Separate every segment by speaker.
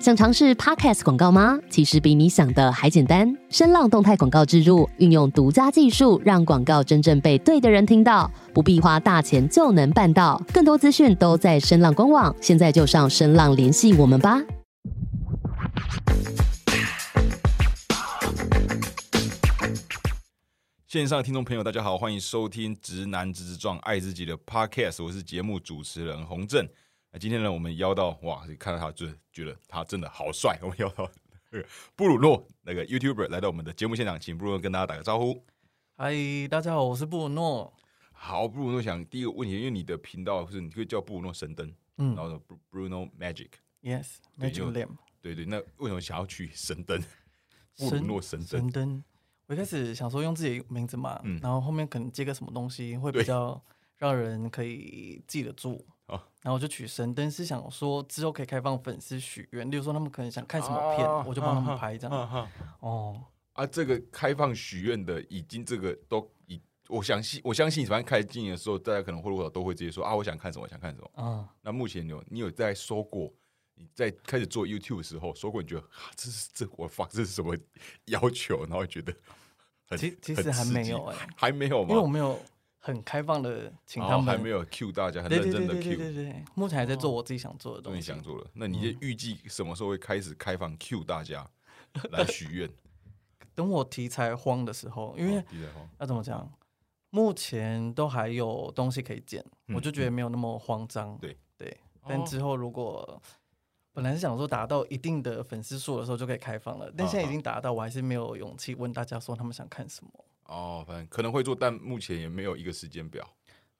Speaker 1: 想尝试 Podcast 广告吗？其实比你想的还简单。声浪动态广告植入，运用独家技术，让广告真正被对的人听到，不必花大钱就能办到。更多资讯都在声浪官网，现在就上声浪联系我们吧。
Speaker 2: 线上的听众朋友，大家好，欢迎收听《直男直直撞爱自己》的 Podcast，我是节目主持人洪正。那今天呢，我们邀到哇，看到他就觉得他真的好帅，我们邀到那个布鲁诺那个 YouTuber 来到我们的节目现场，请布鲁诺跟大家打个招呼。
Speaker 3: 嗨，大家好，我是布鲁诺。
Speaker 2: 好，布鲁诺想第一个问题，因为你的频道是你可以叫布鲁诺神灯，
Speaker 3: 嗯
Speaker 2: 然后呢，Bru- Bruno Magic，
Speaker 3: ，Yes，Magic
Speaker 2: 又
Speaker 3: Lamp，
Speaker 2: 对对，那为什么想要取神灯？布鲁
Speaker 3: 神
Speaker 2: 诺神灯
Speaker 3: 神灯。我一开始想说用自己名字嘛，
Speaker 2: 嗯
Speaker 3: 然后后面可能接个什么东西会比
Speaker 2: 对
Speaker 3: 较让人可以记得住。
Speaker 2: 哦
Speaker 3: 然后我就取神灯，是想说之后可以开放粉丝许愿，例如说他们可能想看什么片，
Speaker 2: 啊
Speaker 3: 我就帮他们拍这样。
Speaker 2: 啊哈
Speaker 3: 哦，
Speaker 2: 啊，这个开放许愿的已经这个都已，我相信我相信，反正开始经营的时候，大家可能或多或少都会直接说啊，我想看什么，我想看什么。
Speaker 3: 嗯，
Speaker 2: 那目前有你有在收过，你在开始做 YouTube 的时候收过，你觉得、 啊、这是这我 fuck 这是什么要求？然后觉得很
Speaker 3: 其其实
Speaker 2: 很
Speaker 3: 还
Speaker 2: 刺
Speaker 3: 没
Speaker 2: 激
Speaker 3: 有哎
Speaker 2: 还没有
Speaker 3: 因为我
Speaker 2: 吗？
Speaker 3: 没有很开放的请
Speaker 2: 然
Speaker 3: 他
Speaker 2: 后
Speaker 3: 们，
Speaker 2: 哦还没有 cue 大家，很
Speaker 3: 对
Speaker 2: 认
Speaker 3: 对
Speaker 2: 真
Speaker 3: 对
Speaker 2: 的
Speaker 3: 对对
Speaker 2: cue，
Speaker 3: 对对，目前还在做我自己想做的
Speaker 2: 终
Speaker 3: 东
Speaker 2: 于
Speaker 3: 西
Speaker 2: 想。做了。那你就预计什么时候会开始开放 cue 大 家来许愿？
Speaker 3: 等我题材荒的时候，因为
Speaker 2: 哦第一个哦
Speaker 3: 要怎么讲？目前都还有东西可以剪，
Speaker 2: 嗯
Speaker 3: 我就觉得没有那么慌张。
Speaker 2: 对
Speaker 3: 对，但之后如果本来是想说达到一定的粉丝数的时候就可以开放了，但现在已
Speaker 2: 啊
Speaker 3: 经达到，我还是没有勇气问大家说他们想看什么。
Speaker 2: 哦，反正可能会做，但目前也没有一个时间表。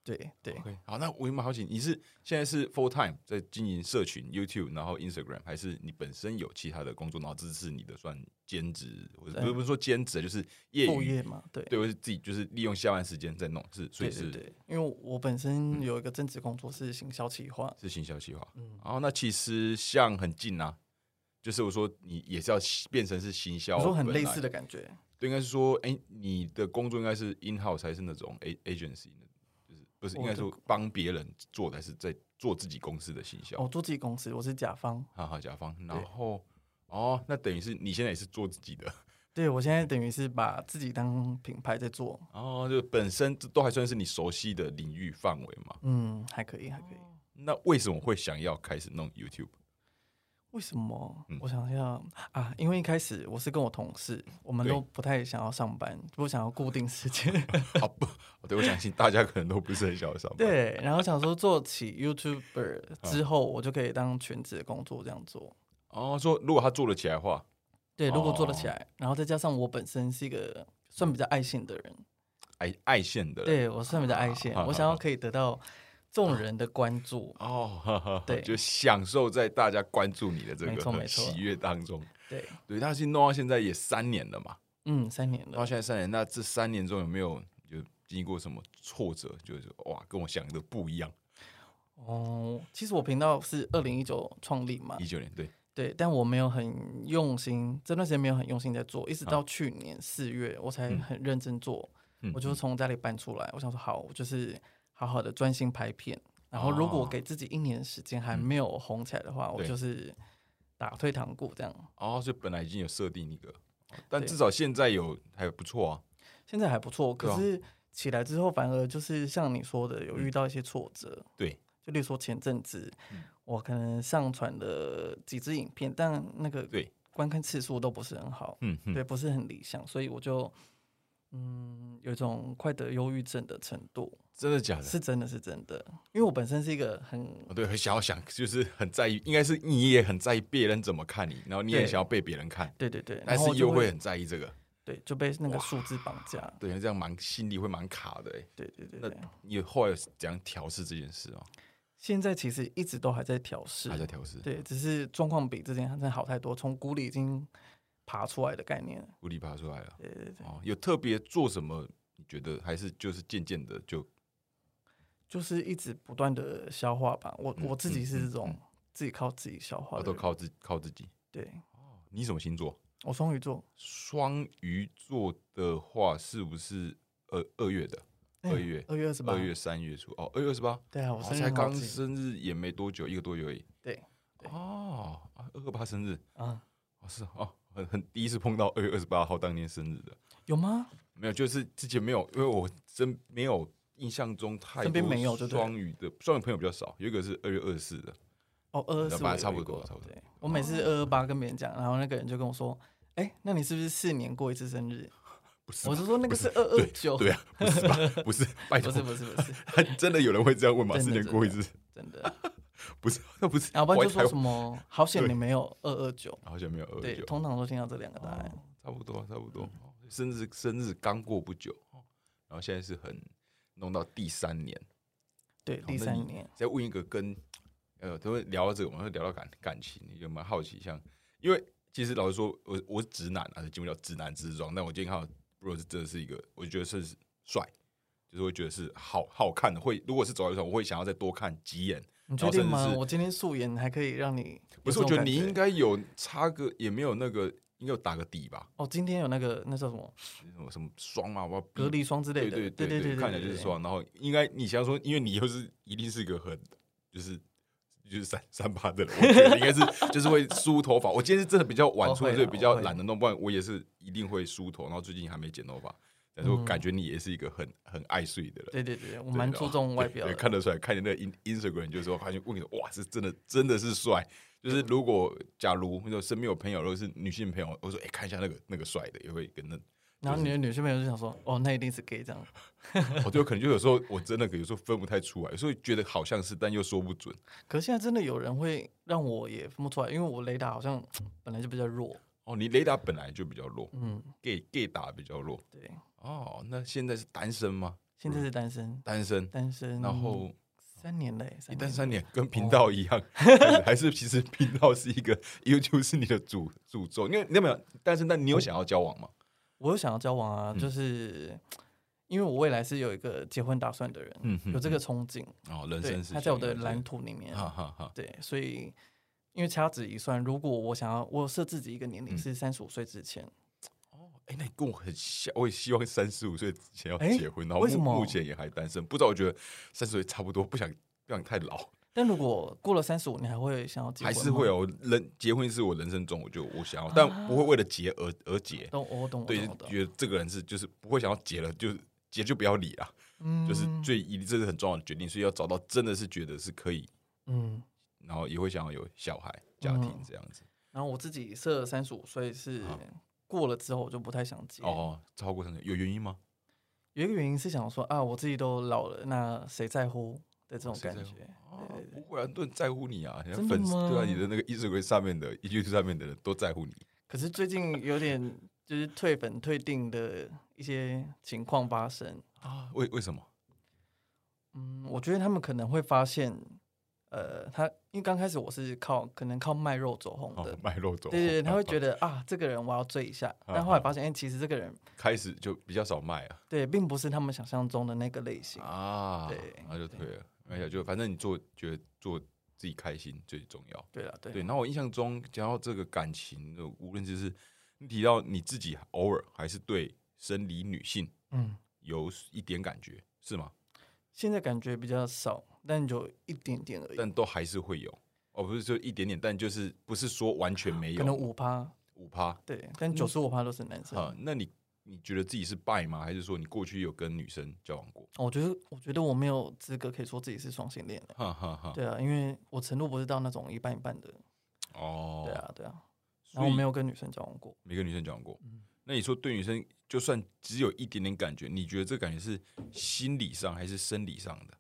Speaker 3: 对对，
Speaker 2: OK，好，那我也蛮好奇，你是现在是 full time 在经营社群 YouTube，然后 Instagram，还是你本身有其他的工作，然后这是你的算兼职，或者不是
Speaker 3: 对
Speaker 2: 不是说兼职，啊就是业
Speaker 3: 副
Speaker 2: 余，
Speaker 3: 业嘛，对
Speaker 2: 对，我是自己就是利用下班时间在弄，是所
Speaker 3: 对
Speaker 2: 以是
Speaker 3: 对对，因为我本身有一个正职工作是行销企划，
Speaker 2: 是行销计划。
Speaker 3: 嗯
Speaker 2: 然后那其实像很近啊，就是我说你也是要变成是行销本
Speaker 3: 我
Speaker 2: 来，
Speaker 3: 说很类似的感觉。
Speaker 2: 对，应该是说，哎、你的工作应该是 in house 还是那种 a agency 呢？就是不是应
Speaker 3: 我
Speaker 2: 该
Speaker 3: 的
Speaker 2: 说帮别人做的，还是在做自己公司的行销？
Speaker 3: 哦，做自己公司，我是甲方。
Speaker 2: 哈哈，甲方，然后哦，那等于是你现在也是做自己的，
Speaker 3: 对我现在等于是把自己当品牌在做，
Speaker 2: 哦，就本身这都还算是你熟悉的领域范围嘛。
Speaker 3: 嗯，还可以，还可以。
Speaker 2: 那为什么会想要开始弄 YouTube？
Speaker 3: 为什么？
Speaker 2: 嗯
Speaker 3: 我想一下啊，因为一开始我是跟我同事，我们
Speaker 2: 对
Speaker 3: 都不太想要上班，不想要固定时间。
Speaker 2: 啊不，对我相信大家可能都不是很想要上班。，
Speaker 3: 对，然后想说做起
Speaker 2: 嗯
Speaker 3: YouTuber 之后，我就可以当全职的工作这样做。
Speaker 2: 哦，说如果他做得起来的话，
Speaker 3: 对，如果做得
Speaker 2: 哦
Speaker 3: 起来，然后再加上我本身是一个算比较爱线的人，
Speaker 2: 爱爱线的人，
Speaker 3: 对我算比较爱线，
Speaker 2: 啊好好
Speaker 3: 我想要可以得到众人的关注。
Speaker 2: 哦，哈哈哈
Speaker 3: 对
Speaker 2: 就享受在大家关注你的这
Speaker 3: 没错
Speaker 2: 个
Speaker 3: 没错
Speaker 2: 喜悦当中。
Speaker 3: 对，
Speaker 2: 对，他是弄到现在也三年了嘛，
Speaker 3: 嗯，三年
Speaker 2: 到
Speaker 3: 了。
Speaker 2: 现在三年，那这三年中有没有就经过什么挫折？就是哇，跟我想的不一样。
Speaker 3: 哦，其实我频道是二零一九创立嘛
Speaker 2: 一，九年，对，
Speaker 3: 对，但我没有很用心，这段时间没有很用心在做，一直到去年四月我才
Speaker 2: 嗯
Speaker 3: 很认真做。
Speaker 2: 嗯
Speaker 3: 我就从家里搬出来，我想说好，我就是好好的专心拍片。然后如果
Speaker 2: 哦嗯
Speaker 3: 给自己一年的时间还没有红起来的话，我
Speaker 2: 对
Speaker 3: 就是打退堂鼓这样。
Speaker 2: 哦，所以本来已经有设定一个，哦但
Speaker 3: 对
Speaker 2: 至少现在有还不错啊。
Speaker 3: 现在还不错，
Speaker 2: 对
Speaker 3: 可
Speaker 2: 啊
Speaker 3: 是起来之后反而就是像你说的，有
Speaker 2: 嗯
Speaker 3: 遇到一些挫折。
Speaker 2: 对，
Speaker 3: 就例如说前阵子我可能上传了几支影片，但那个
Speaker 2: 对
Speaker 3: 观看次数都不是很好。
Speaker 2: 嗯，嗯
Speaker 3: 对，不是很理想，所以我就嗯，有一种快得忧郁症的程度，
Speaker 2: 真的假的？
Speaker 3: 是真的是真的，因为我本身是一个很
Speaker 2: 哦，对，很想要想，就是很在意，应该是你也很在意别人怎么看你，然后你也
Speaker 3: 对
Speaker 2: 想要被别人看，
Speaker 3: 对对对，
Speaker 2: 但
Speaker 3: 然后
Speaker 2: 是
Speaker 3: 我就
Speaker 2: 又会
Speaker 3: 会
Speaker 2: 很在意这个，
Speaker 3: 对就被那个数字绑架，
Speaker 2: 对，这样蛮心里会蛮卡的欸。
Speaker 3: 对对对
Speaker 2: 那
Speaker 3: 对。
Speaker 2: 你后来有怎样调试这件事啊？
Speaker 3: 现在其实一直都还在调试
Speaker 2: 还，在调试，
Speaker 3: 对，只是状况比之前真的好太多，从谷里已经爬出来的概念了，
Speaker 2: 无力爬出来了。
Speaker 3: 对对对，
Speaker 2: 哦，有特别做什么？你觉得还是就是渐渐的就
Speaker 3: 就是一直不断的消化吧。我
Speaker 2: 嗯
Speaker 3: 我自己
Speaker 2: 嗯
Speaker 3: 是
Speaker 2: 嗯
Speaker 3: 这种自己靠自己消化
Speaker 2: 哦
Speaker 3: 的人，
Speaker 2: 都靠自靠自己。
Speaker 3: 对
Speaker 2: 你什么星座？
Speaker 3: 我双鱼座，
Speaker 2: 双鱼座的话，是不是二二月的？
Speaker 3: 哎
Speaker 2: 二月
Speaker 3: 二月二十八，
Speaker 2: 二月、三月初哦，二月二十八，
Speaker 3: 对啊，
Speaker 2: 哦
Speaker 3: 我生日
Speaker 2: 才
Speaker 3: 很好
Speaker 2: 刚
Speaker 3: 记
Speaker 2: 生日也没多久，一个多月而已。
Speaker 3: 对，
Speaker 2: 哦，二二八生日
Speaker 3: 啊，
Speaker 2: 哦是哦，很很第一次碰到二月二十八号当天生日的，
Speaker 3: 有吗？
Speaker 2: 没有，就是之前没有，因为我真没有印象中太
Speaker 3: 身边
Speaker 2: 多
Speaker 3: 没有就对了
Speaker 2: 双语的双语朋友比较少，有一个是二月二十四的，
Speaker 3: 哦，二二
Speaker 2: 那
Speaker 3: 四
Speaker 2: 本来差不多差不多
Speaker 3: 对，我每次二二八跟别人讲，然后那个人就跟我说：“哎、那你是不是四年过一次生日
Speaker 2: 不？” 是吧
Speaker 3: 我就说那个是二二九，
Speaker 2: 对啊，不是 吧？不是，拜
Speaker 3: 不
Speaker 2: 托
Speaker 3: 是，不是不 是，
Speaker 2: 真的有人会这样问吗？
Speaker 3: 真
Speaker 2: 四
Speaker 3: 的
Speaker 2: 年过一次，
Speaker 3: 真的。
Speaker 2: 不是， 那不是，
Speaker 3: 然后不然就
Speaker 2: 我还
Speaker 3: 说什么“好险你没有二二九
Speaker 2: 好像没有”，哦二
Speaker 3: 对
Speaker 2: 月，九，
Speaker 3: 通常嗯都听到这两个答案。
Speaker 2: 差不多，差不多，哦生日生日刚过不久，哦然后现在是很弄到第三年，
Speaker 3: 对，第
Speaker 2: 那
Speaker 3: 三
Speaker 2: 你
Speaker 3: 年
Speaker 2: 再问一个跟呃，都会聊到这个，我们会聊到感感情，有蛮好奇，像因为其实老实说，我我是直男啊，进不了直男之装，但我今天看到，如果是真的是一个，我就觉得是帅，就是会觉得是好好看的，会如果是走在路上，我会想要再多看几眼。
Speaker 3: 你
Speaker 2: 然
Speaker 3: 确
Speaker 2: 后
Speaker 3: 定
Speaker 2: 甚至
Speaker 3: 吗？
Speaker 2: 哦是
Speaker 3: 我今天素颜还可以让你有
Speaker 2: 不是，
Speaker 3: 这
Speaker 2: 我
Speaker 3: 种
Speaker 2: 觉得
Speaker 3: 感
Speaker 2: 你应该有差个，也没有那个，应该有打个底吧？
Speaker 3: 哦，今天有那个那叫什么
Speaker 2: 什么啊什么霜嘛，我
Speaker 3: 隔离霜之类
Speaker 2: 对嗯
Speaker 3: 的，
Speaker 2: 对
Speaker 3: 对
Speaker 2: 对
Speaker 3: 对，
Speaker 2: 看起来就是
Speaker 3: 对。
Speaker 2: 霜。然后应该你想说，因为你又是一定是一个很就是就是三三八的人，我觉得应该是就是会梳头发。我今天是真的比较晚
Speaker 3: 哦
Speaker 2: 出
Speaker 3: 会
Speaker 2: 门，
Speaker 3: 啦
Speaker 2: 所以比较
Speaker 3: 我会
Speaker 2: 懒得弄，不然我也是一定会梳头。然后最近还没剪头发，但是我感觉你也是一个很很爱睡的人。
Speaker 3: 嗯对对对，我
Speaker 2: 对
Speaker 3: 蛮
Speaker 2: 然
Speaker 3: 注
Speaker 2: 后
Speaker 3: 重外
Speaker 2: 对
Speaker 3: 表
Speaker 2: 对
Speaker 3: 的，
Speaker 2: 看得出来。看你那个 in Instagram 就是说，发现问你哇，是真的，真的是帅。就是如果假如或者身边有朋友，如果是女性朋友，我说哎、看一下那个那个帅的，也会跟那，
Speaker 3: 然后你的女性朋友就想说，哦，那一定是 gay 这样。
Speaker 2: 我哦就可能就有时候我真的有时候分不太出来，有时候觉得好像是，但又说不准。
Speaker 3: 可是现在真的有人会让我也分不出来，因为我雷达好像本来就比较弱。
Speaker 2: 哦，你雷达本来就比较弱
Speaker 3: 嗯，
Speaker 2: ，gay gay 打比较弱。
Speaker 3: 对，
Speaker 2: 哦，那现在是单身吗？
Speaker 3: 现在是单身，
Speaker 2: 单身，
Speaker 3: 单身，
Speaker 2: 然后
Speaker 3: 三年嘞，
Speaker 2: 一
Speaker 3: 三
Speaker 2: 单
Speaker 3: 年
Speaker 2: 三年跟频道一 样，还还是其实频道是一个 YouTube 是你的诅诅咒，因为你有没有单身？但你有想要交往吗？
Speaker 3: 我有想要交往
Speaker 2: 嗯
Speaker 3: 啊，就是因为我未来是有一个结婚打算的人，
Speaker 2: 嗯哼
Speaker 3: 有这个憧憬，
Speaker 2: 哦，人
Speaker 3: 对
Speaker 2: 生，是
Speaker 3: 他在我
Speaker 2: 想
Speaker 3: 的
Speaker 2: 要
Speaker 3: 蓝图里面，
Speaker 2: 哈哈哈，
Speaker 3: 对，所以因为掐指一算，如果我想要，我有设自己一个年
Speaker 2: 嗯
Speaker 3: 龄是三十五岁之前，
Speaker 2: 哎、那你跟我很像，我也希望三十五岁之前要
Speaker 3: 哎
Speaker 2: 结婚，然后
Speaker 3: 为什
Speaker 2: 目
Speaker 3: 么
Speaker 2: 目前也还单身，不知道我觉得三十岁差不多，不想不想太老，
Speaker 3: 但如果过了三十五，你还会想要结
Speaker 2: 还
Speaker 3: 婚？哦
Speaker 2: 是会。有人结婚是我人生中我就我想要，但不会为了结而而结，
Speaker 3: 懂，哦我懂，我
Speaker 2: 对
Speaker 3: 懂，我，懂。
Speaker 2: 觉得这个人是就是不会想要结了，就是结就不要理了，
Speaker 3: 嗯
Speaker 2: 就是最一这是很重要的决定，所以要找到真的是觉得是可以，
Speaker 3: 嗯，
Speaker 2: 然后也会想要有小孩家庭这样子。
Speaker 3: 然后我自己设三十五岁是过了之后，我就不太想结。
Speaker 2: 嗯哦，超过三十有原因吗？
Speaker 3: 有一个原因是想说啊，我自己都老了，那谁在乎的这种感
Speaker 2: 谁在乎
Speaker 3: 觉？
Speaker 2: 哦，不会啊，都很在乎你啊，人家
Speaker 3: 真的
Speaker 2: 粉丝对啊，
Speaker 3: 吗
Speaker 2: 你的那个 Instagram 上面的 YouTube 上面的人都在乎你。
Speaker 3: 可是最近有点就是退粉退订的一些情况发生，
Speaker 2: 啊，为为什么？
Speaker 3: 嗯，我觉得他们可能会发现，呃，他因为刚开始我是靠可能靠卖肉走红
Speaker 2: 哦
Speaker 3: 的，，
Speaker 2: 卖肉粽，
Speaker 3: 对对 对，他会
Speaker 2: 得
Speaker 3: 觉得啊，这个人我要追一下，
Speaker 2: 啊
Speaker 3: 但后来发现，哎、其实这个人
Speaker 2: 开始就比较少卖啊，
Speaker 3: 对，并不是他们想象中的那个类型，
Speaker 2: 啊，
Speaker 3: 对
Speaker 2: 然后就退了，没有，就反正你做觉得做自己开心最重要。
Speaker 3: 对了，对，
Speaker 2: 对，然后我印象中讲到这个感情，就无论就是你提到你自己偶尔还是对生理女性
Speaker 3: 嗯，
Speaker 2: 有一点感觉，是吗？
Speaker 3: 现在感觉比较少，但有一点点而已，
Speaker 2: 但都还是会有，哦，不是就一点点，但就是不是说完全没
Speaker 3: 可能
Speaker 2: 有，嗯
Speaker 3: 五趴，
Speaker 2: 五趴。
Speaker 3: 对，但九十五趴都是男生。
Speaker 2: 啊，那你你觉得自己是拜吗？还是说你过去有跟女生交往过？
Speaker 3: 哦我觉得，我觉得我没有资格可以说自己是双性恋的。
Speaker 2: 哈哈哈。
Speaker 3: 对啊，因为我程度不是到那种一半一半的。
Speaker 2: 哦，
Speaker 3: 对啊，对啊。
Speaker 2: 所
Speaker 3: 然
Speaker 2: 以
Speaker 3: 后我没有跟女生交往过，
Speaker 2: 没跟女生交往过。
Speaker 3: 嗯
Speaker 2: 那你说对女生，就算只有一点点感觉，你觉得这感觉是心理上还是生理上的？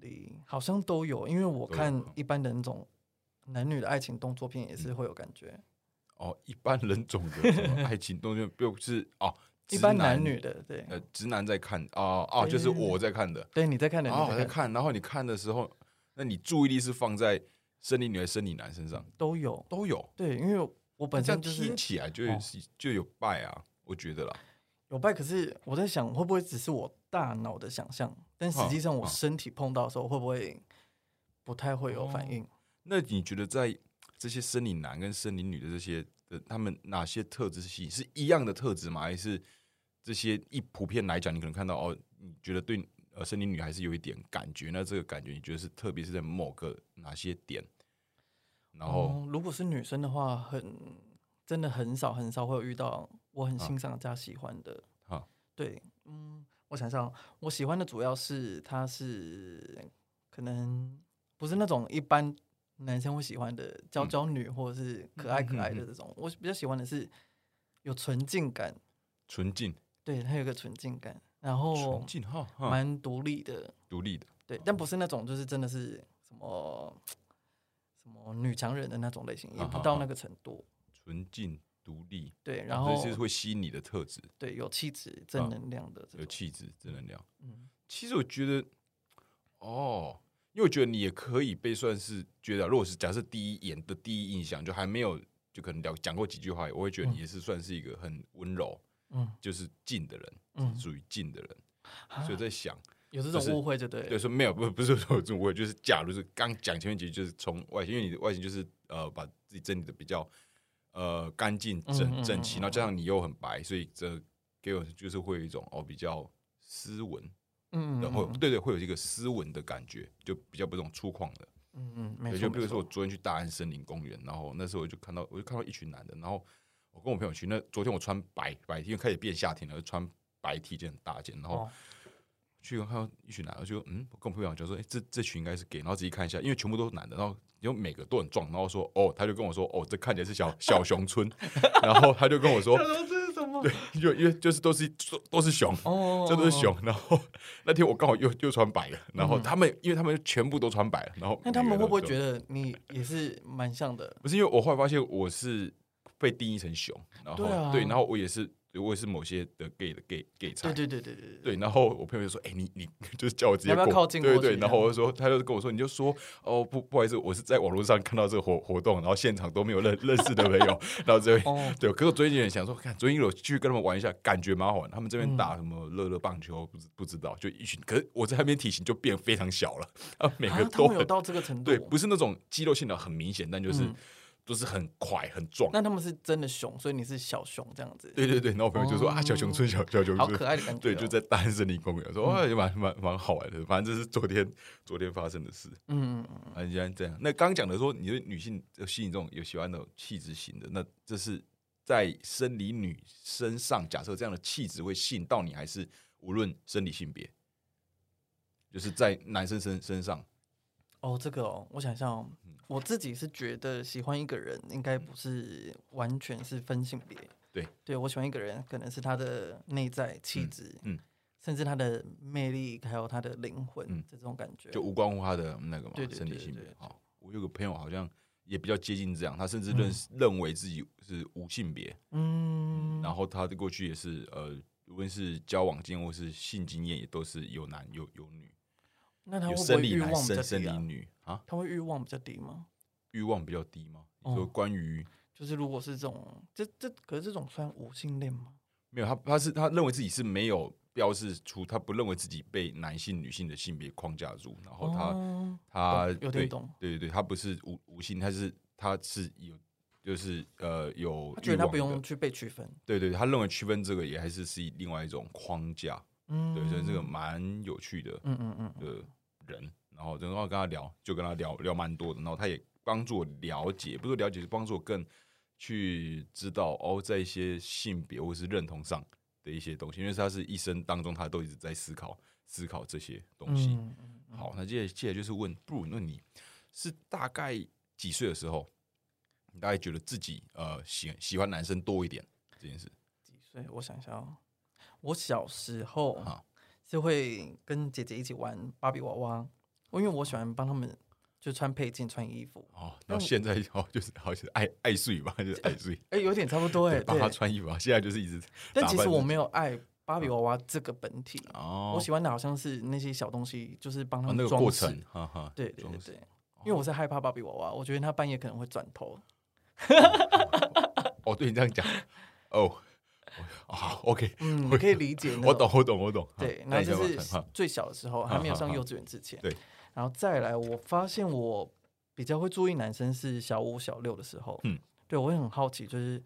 Speaker 3: 你好像都有，因为我
Speaker 2: 都有
Speaker 3: 看
Speaker 2: 嗯
Speaker 3: 一般的那种男女的爱情动作片也是会有感觉，
Speaker 2: 哦，一般人种的什么爱情动作不是哦，
Speaker 3: 一
Speaker 2: 直
Speaker 3: 般男女的，对，
Speaker 2: 呃直男在看哦哦，就是
Speaker 3: 对对对
Speaker 2: 我在看的，
Speaker 3: 对，你在看的，
Speaker 2: 哦
Speaker 3: 你
Speaker 2: 我
Speaker 3: 在
Speaker 2: 在
Speaker 3: 看
Speaker 2: 看，然后你看的时候，那你注意力是放在生理女还是生理男身上
Speaker 3: 都有，
Speaker 2: 都有，
Speaker 3: 对，因为我本
Speaker 2: 这样
Speaker 3: 身就是哦
Speaker 2: 听起来就有就有拜啊，我觉得啦，
Speaker 3: 有拜，可是我在想会不会只是我大脑的想象，但实际上我
Speaker 2: 嗯
Speaker 3: 身体碰到的时候会不会不太会有
Speaker 2: 哦
Speaker 3: 反应？
Speaker 2: 那你觉得在这些生理男跟生理女的这些的，他们哪些特质是是一样的特质吗？还是这些一普遍来讲，你可能看到哦，你觉得对呃森林女还是有一点感觉。那这个感觉，你觉得是特别是在某个哪些点？然后
Speaker 3: 哦如果是女生的话，很真的很少很少会有遇到我很
Speaker 2: 啊
Speaker 3: 欣赏加喜欢的。
Speaker 2: 啊
Speaker 3: 对，嗯，我想想哦，我喜欢的主要是他是可能不是那种一般男生会喜欢的娇
Speaker 2: 嗯
Speaker 3: 娇女，或者是可爱可爱
Speaker 2: 嗯嗯
Speaker 3: 的这种。我比较喜欢的是有纯净感，
Speaker 2: 纯净，
Speaker 3: 对，他有一个纯净感，然后
Speaker 2: 纯净哈，哈
Speaker 3: 哦蛮独立的，
Speaker 2: 独立的
Speaker 3: 对，但不是那种就是真的是什么。什么女强人的那种类型，也
Speaker 2: 啊
Speaker 3: 不
Speaker 2: 啊
Speaker 3: 到
Speaker 2: 啊
Speaker 3: 那个程度。
Speaker 2: 纯净独立，
Speaker 3: 对，然
Speaker 2: 这
Speaker 3: 后
Speaker 2: 是会吸引你的特质，
Speaker 3: 对有气质、
Speaker 2: 啊
Speaker 3: 正能量的这
Speaker 2: 有
Speaker 3: 种，
Speaker 2: 气质，正能量。
Speaker 3: 嗯，
Speaker 2: 其实我觉得，哦，因为我觉得你也可以被算是觉得啊，如果是假设第一眼的第一印象就还没有，就可能聊讲过几句话，我会觉得你也是算是一个很温柔，
Speaker 3: 嗯
Speaker 2: 就是静的人，
Speaker 3: 嗯
Speaker 2: 属于静的人。所以我在想，
Speaker 3: 有这
Speaker 2: 就
Speaker 3: 种
Speaker 2: 是
Speaker 3: 误会就对了。
Speaker 2: 对，说没有，不不是说我我就是假如是刚讲前面几句，就是从外形，因为你的外形就是呃把自己整理的比较呃干净
Speaker 3: 嗯嗯
Speaker 2: 整
Speaker 3: 嗯
Speaker 2: 整齐，
Speaker 3: 嗯
Speaker 2: 然后加上你又很白，所以这给我就是会有一种哦比较斯文，
Speaker 3: 嗯，嗯
Speaker 2: 然后
Speaker 3: 嗯
Speaker 2: 对对，会有一个斯文的感觉，就比较不是那种粗犷的。
Speaker 3: 嗯嗯，没
Speaker 2: 对，
Speaker 3: 错，
Speaker 2: 就
Speaker 3: 没
Speaker 2: 比如说我
Speaker 3: 错，
Speaker 2: 昨天去大安森林公园，然后那时候我就看到，我就看到一群男的，然后我跟我朋友去，那昨天我穿白白 T，因为开始变夏天了，就穿白 T 件很大件，然后
Speaker 3: 哦
Speaker 2: 去看到一群男的，就嗯，我跟我朋友讲说，哎、这这群应该是 gay，然后仔细看一下，因为全部都是男的，然后有每个都很壮，然后说哦，他就跟我说，哦，这看起来是小小熊村， 然后他就跟我 说，
Speaker 3: 说这是什么？
Speaker 2: 就因为就是都是都都是熊，
Speaker 3: 哦，
Speaker 2: 这都是熊。然后那天我刚好又又穿白了，然后他们、因为他们全部都穿白了，然后
Speaker 3: 嗯那他们会不会觉
Speaker 2: 得
Speaker 3: 得你也是蛮像的？
Speaker 2: 不是？因为我后来发现我是被定义成熊，然后
Speaker 3: 对啊
Speaker 2: 然后我也是我也是某些的 gay 的 gay gay 菜
Speaker 3: 对。对对对对
Speaker 2: 对，然后我朋友就说：“哎、你你就是叫我直接
Speaker 3: 要不要
Speaker 2: 过
Speaker 3: 靠近
Speaker 2: 对
Speaker 3: 过去
Speaker 2: 对，
Speaker 3: 这
Speaker 2: 然
Speaker 3: 样
Speaker 2: 后我就说，他就跟我说，你就说哦，不不好意思，我是在网络上看到这个活活动，然后现场都没有认认识的朋友，然后这边、
Speaker 3: 哦
Speaker 2: 对，可是我最近也想说，看最近有去跟他们玩一下，感觉蛮好玩。他们这边
Speaker 3: 嗯
Speaker 2: 打什么乐乐棒球，不知不知道，就一群，可是我在那边体型就变非常小了，啊，每个
Speaker 3: 啊，他
Speaker 2: 都
Speaker 3: 们有
Speaker 2: 很、
Speaker 3: 到这个程度
Speaker 2: 对，？不是那种肌肉线条很明显，但就是、
Speaker 3: 嗯
Speaker 2: 都是很快很壮。
Speaker 3: 那他们是真的熊，所以你是小熊这样子，
Speaker 2: 对对对，然后我朋友就说、啊，小熊村小小熊村，
Speaker 3: 哦好可爱的感觉哦。嗯
Speaker 2: 对，就在大安森林公园，说哇，也蛮蛮蛮好玩的。反正这是昨天昨天发生的事，
Speaker 3: 嗯嗯嗯
Speaker 2: 啊，既然这样，那刚讲的说，你对女性呃吸引这种有喜欢那种气质型的，那这是在生理女身上，假设这样的气质会吸引到你，还是无论生理性别，就是在男生身身上，
Speaker 3: 哦，这个哦，我想想哦，
Speaker 2: 嗯
Speaker 3: 我自己是觉得喜欢一个人应该不是完全是分性别，
Speaker 2: 对，
Speaker 3: 对我喜欢一个人可能是他的内在气质，
Speaker 2: 嗯
Speaker 3: 甚至他的魅力，还有他的灵魂，
Speaker 2: 嗯
Speaker 3: 这种感觉，
Speaker 2: 就无关乎他的那个嘛
Speaker 3: 对对
Speaker 2: 生理
Speaker 3: 对
Speaker 2: 性别
Speaker 3: 对对。
Speaker 2: 好，我有个朋友好像也比较接近这样，他甚至认识、认为自己是无性别，
Speaker 3: 嗯，
Speaker 2: 然后他的过去也是呃，无论是交往经验或是性经验，也都是有男有有女，
Speaker 3: 那他会
Speaker 2: 有
Speaker 3: 不会
Speaker 2: 生理
Speaker 3: 欲
Speaker 2: 男
Speaker 3: 望比
Speaker 2: 生
Speaker 3: 较
Speaker 2: 生
Speaker 3: 低
Speaker 2: 理
Speaker 3: 啊？
Speaker 2: 女啊，
Speaker 3: 他会欲望比较低吗？
Speaker 2: 欲望比较低吗？你说
Speaker 3: 哦
Speaker 2: 关于、
Speaker 3: 就是如果是这种，这这可是这种算无性恋吗？
Speaker 2: 没有他，他是他认为自己是没有标示出，他不认为自己被男性女性的性别框架住，然后他、
Speaker 3: 哦
Speaker 2: 他
Speaker 3: 懂有点
Speaker 2: 对
Speaker 3: 懂
Speaker 2: 对对对，他不是无无性，他是他是有就是呃有
Speaker 3: 他觉
Speaker 2: 欲
Speaker 3: 得他
Speaker 2: 望
Speaker 3: 不
Speaker 2: 的
Speaker 3: 用，去被区分，
Speaker 2: 对对，对他认为区分这个也还是是另外一种框架，
Speaker 3: 嗯，
Speaker 2: 对，所以这个蛮有趣的，
Speaker 3: 嗯嗯嗯嗯，
Speaker 2: 的人，然后然后跟他聊，就跟他聊聊蛮多的，然后他也帮助我了解，不是了解，是帮助我更去知道哦，在一些性别或是认同上的一些东西，因为他是一生当中他都一直在思考思考这些东西。
Speaker 3: 嗯嗯嗯
Speaker 2: 好，那接接下来就是问，不如那你是大概几岁的时候，你大概觉得自己呃喜喜欢男生多一点这件事？
Speaker 3: 几岁？我想想哦，我小时候
Speaker 2: 好
Speaker 3: 是会跟姐姐一起玩芭比娃娃，因为我喜欢帮他们就穿配件、穿衣服，
Speaker 2: 哦，然后现在哦就是好像是爱爱睡吧，就是爱睡。
Speaker 3: 哎，有点差不多哎，
Speaker 2: 帮他
Speaker 3: 对。
Speaker 2: 穿衣服啊，现在就是一直
Speaker 3: 但
Speaker 2: 打
Speaker 3: 其
Speaker 2: 扮
Speaker 3: 实我
Speaker 2: 自己啊
Speaker 3: 没有爱芭比娃娃这个本体，
Speaker 2: 哦，
Speaker 3: 我喜欢的好像是那些小东西，就是帮他
Speaker 2: 啊
Speaker 3: 们
Speaker 2: 那个
Speaker 3: 哦装
Speaker 2: 过
Speaker 3: 饰
Speaker 2: 程，哈哈，
Speaker 3: 对对
Speaker 2: 装
Speaker 3: 对
Speaker 2: 饰
Speaker 3: 对，因为我是害怕芭比娃娃，我觉得他半夜可能会转头。
Speaker 2: 哦，对你这样讲，哦，哦好，OK，
Speaker 3: 嗯，
Speaker 2: 我
Speaker 3: 你可以理解。
Speaker 2: 我懂，。我懂，我懂。哈
Speaker 3: 对，
Speaker 2: 那
Speaker 3: 然
Speaker 2: 你
Speaker 3: 后
Speaker 2: 再
Speaker 3: 这
Speaker 2: 往
Speaker 3: 是
Speaker 2: 上哈
Speaker 3: 最小的时候，还没有上幼稚园之前。
Speaker 2: 对。
Speaker 3: 然后再来，我发现我比较会注意男生是小五、小六的时候。
Speaker 2: 嗯。
Speaker 3: 对，我会很好奇，就是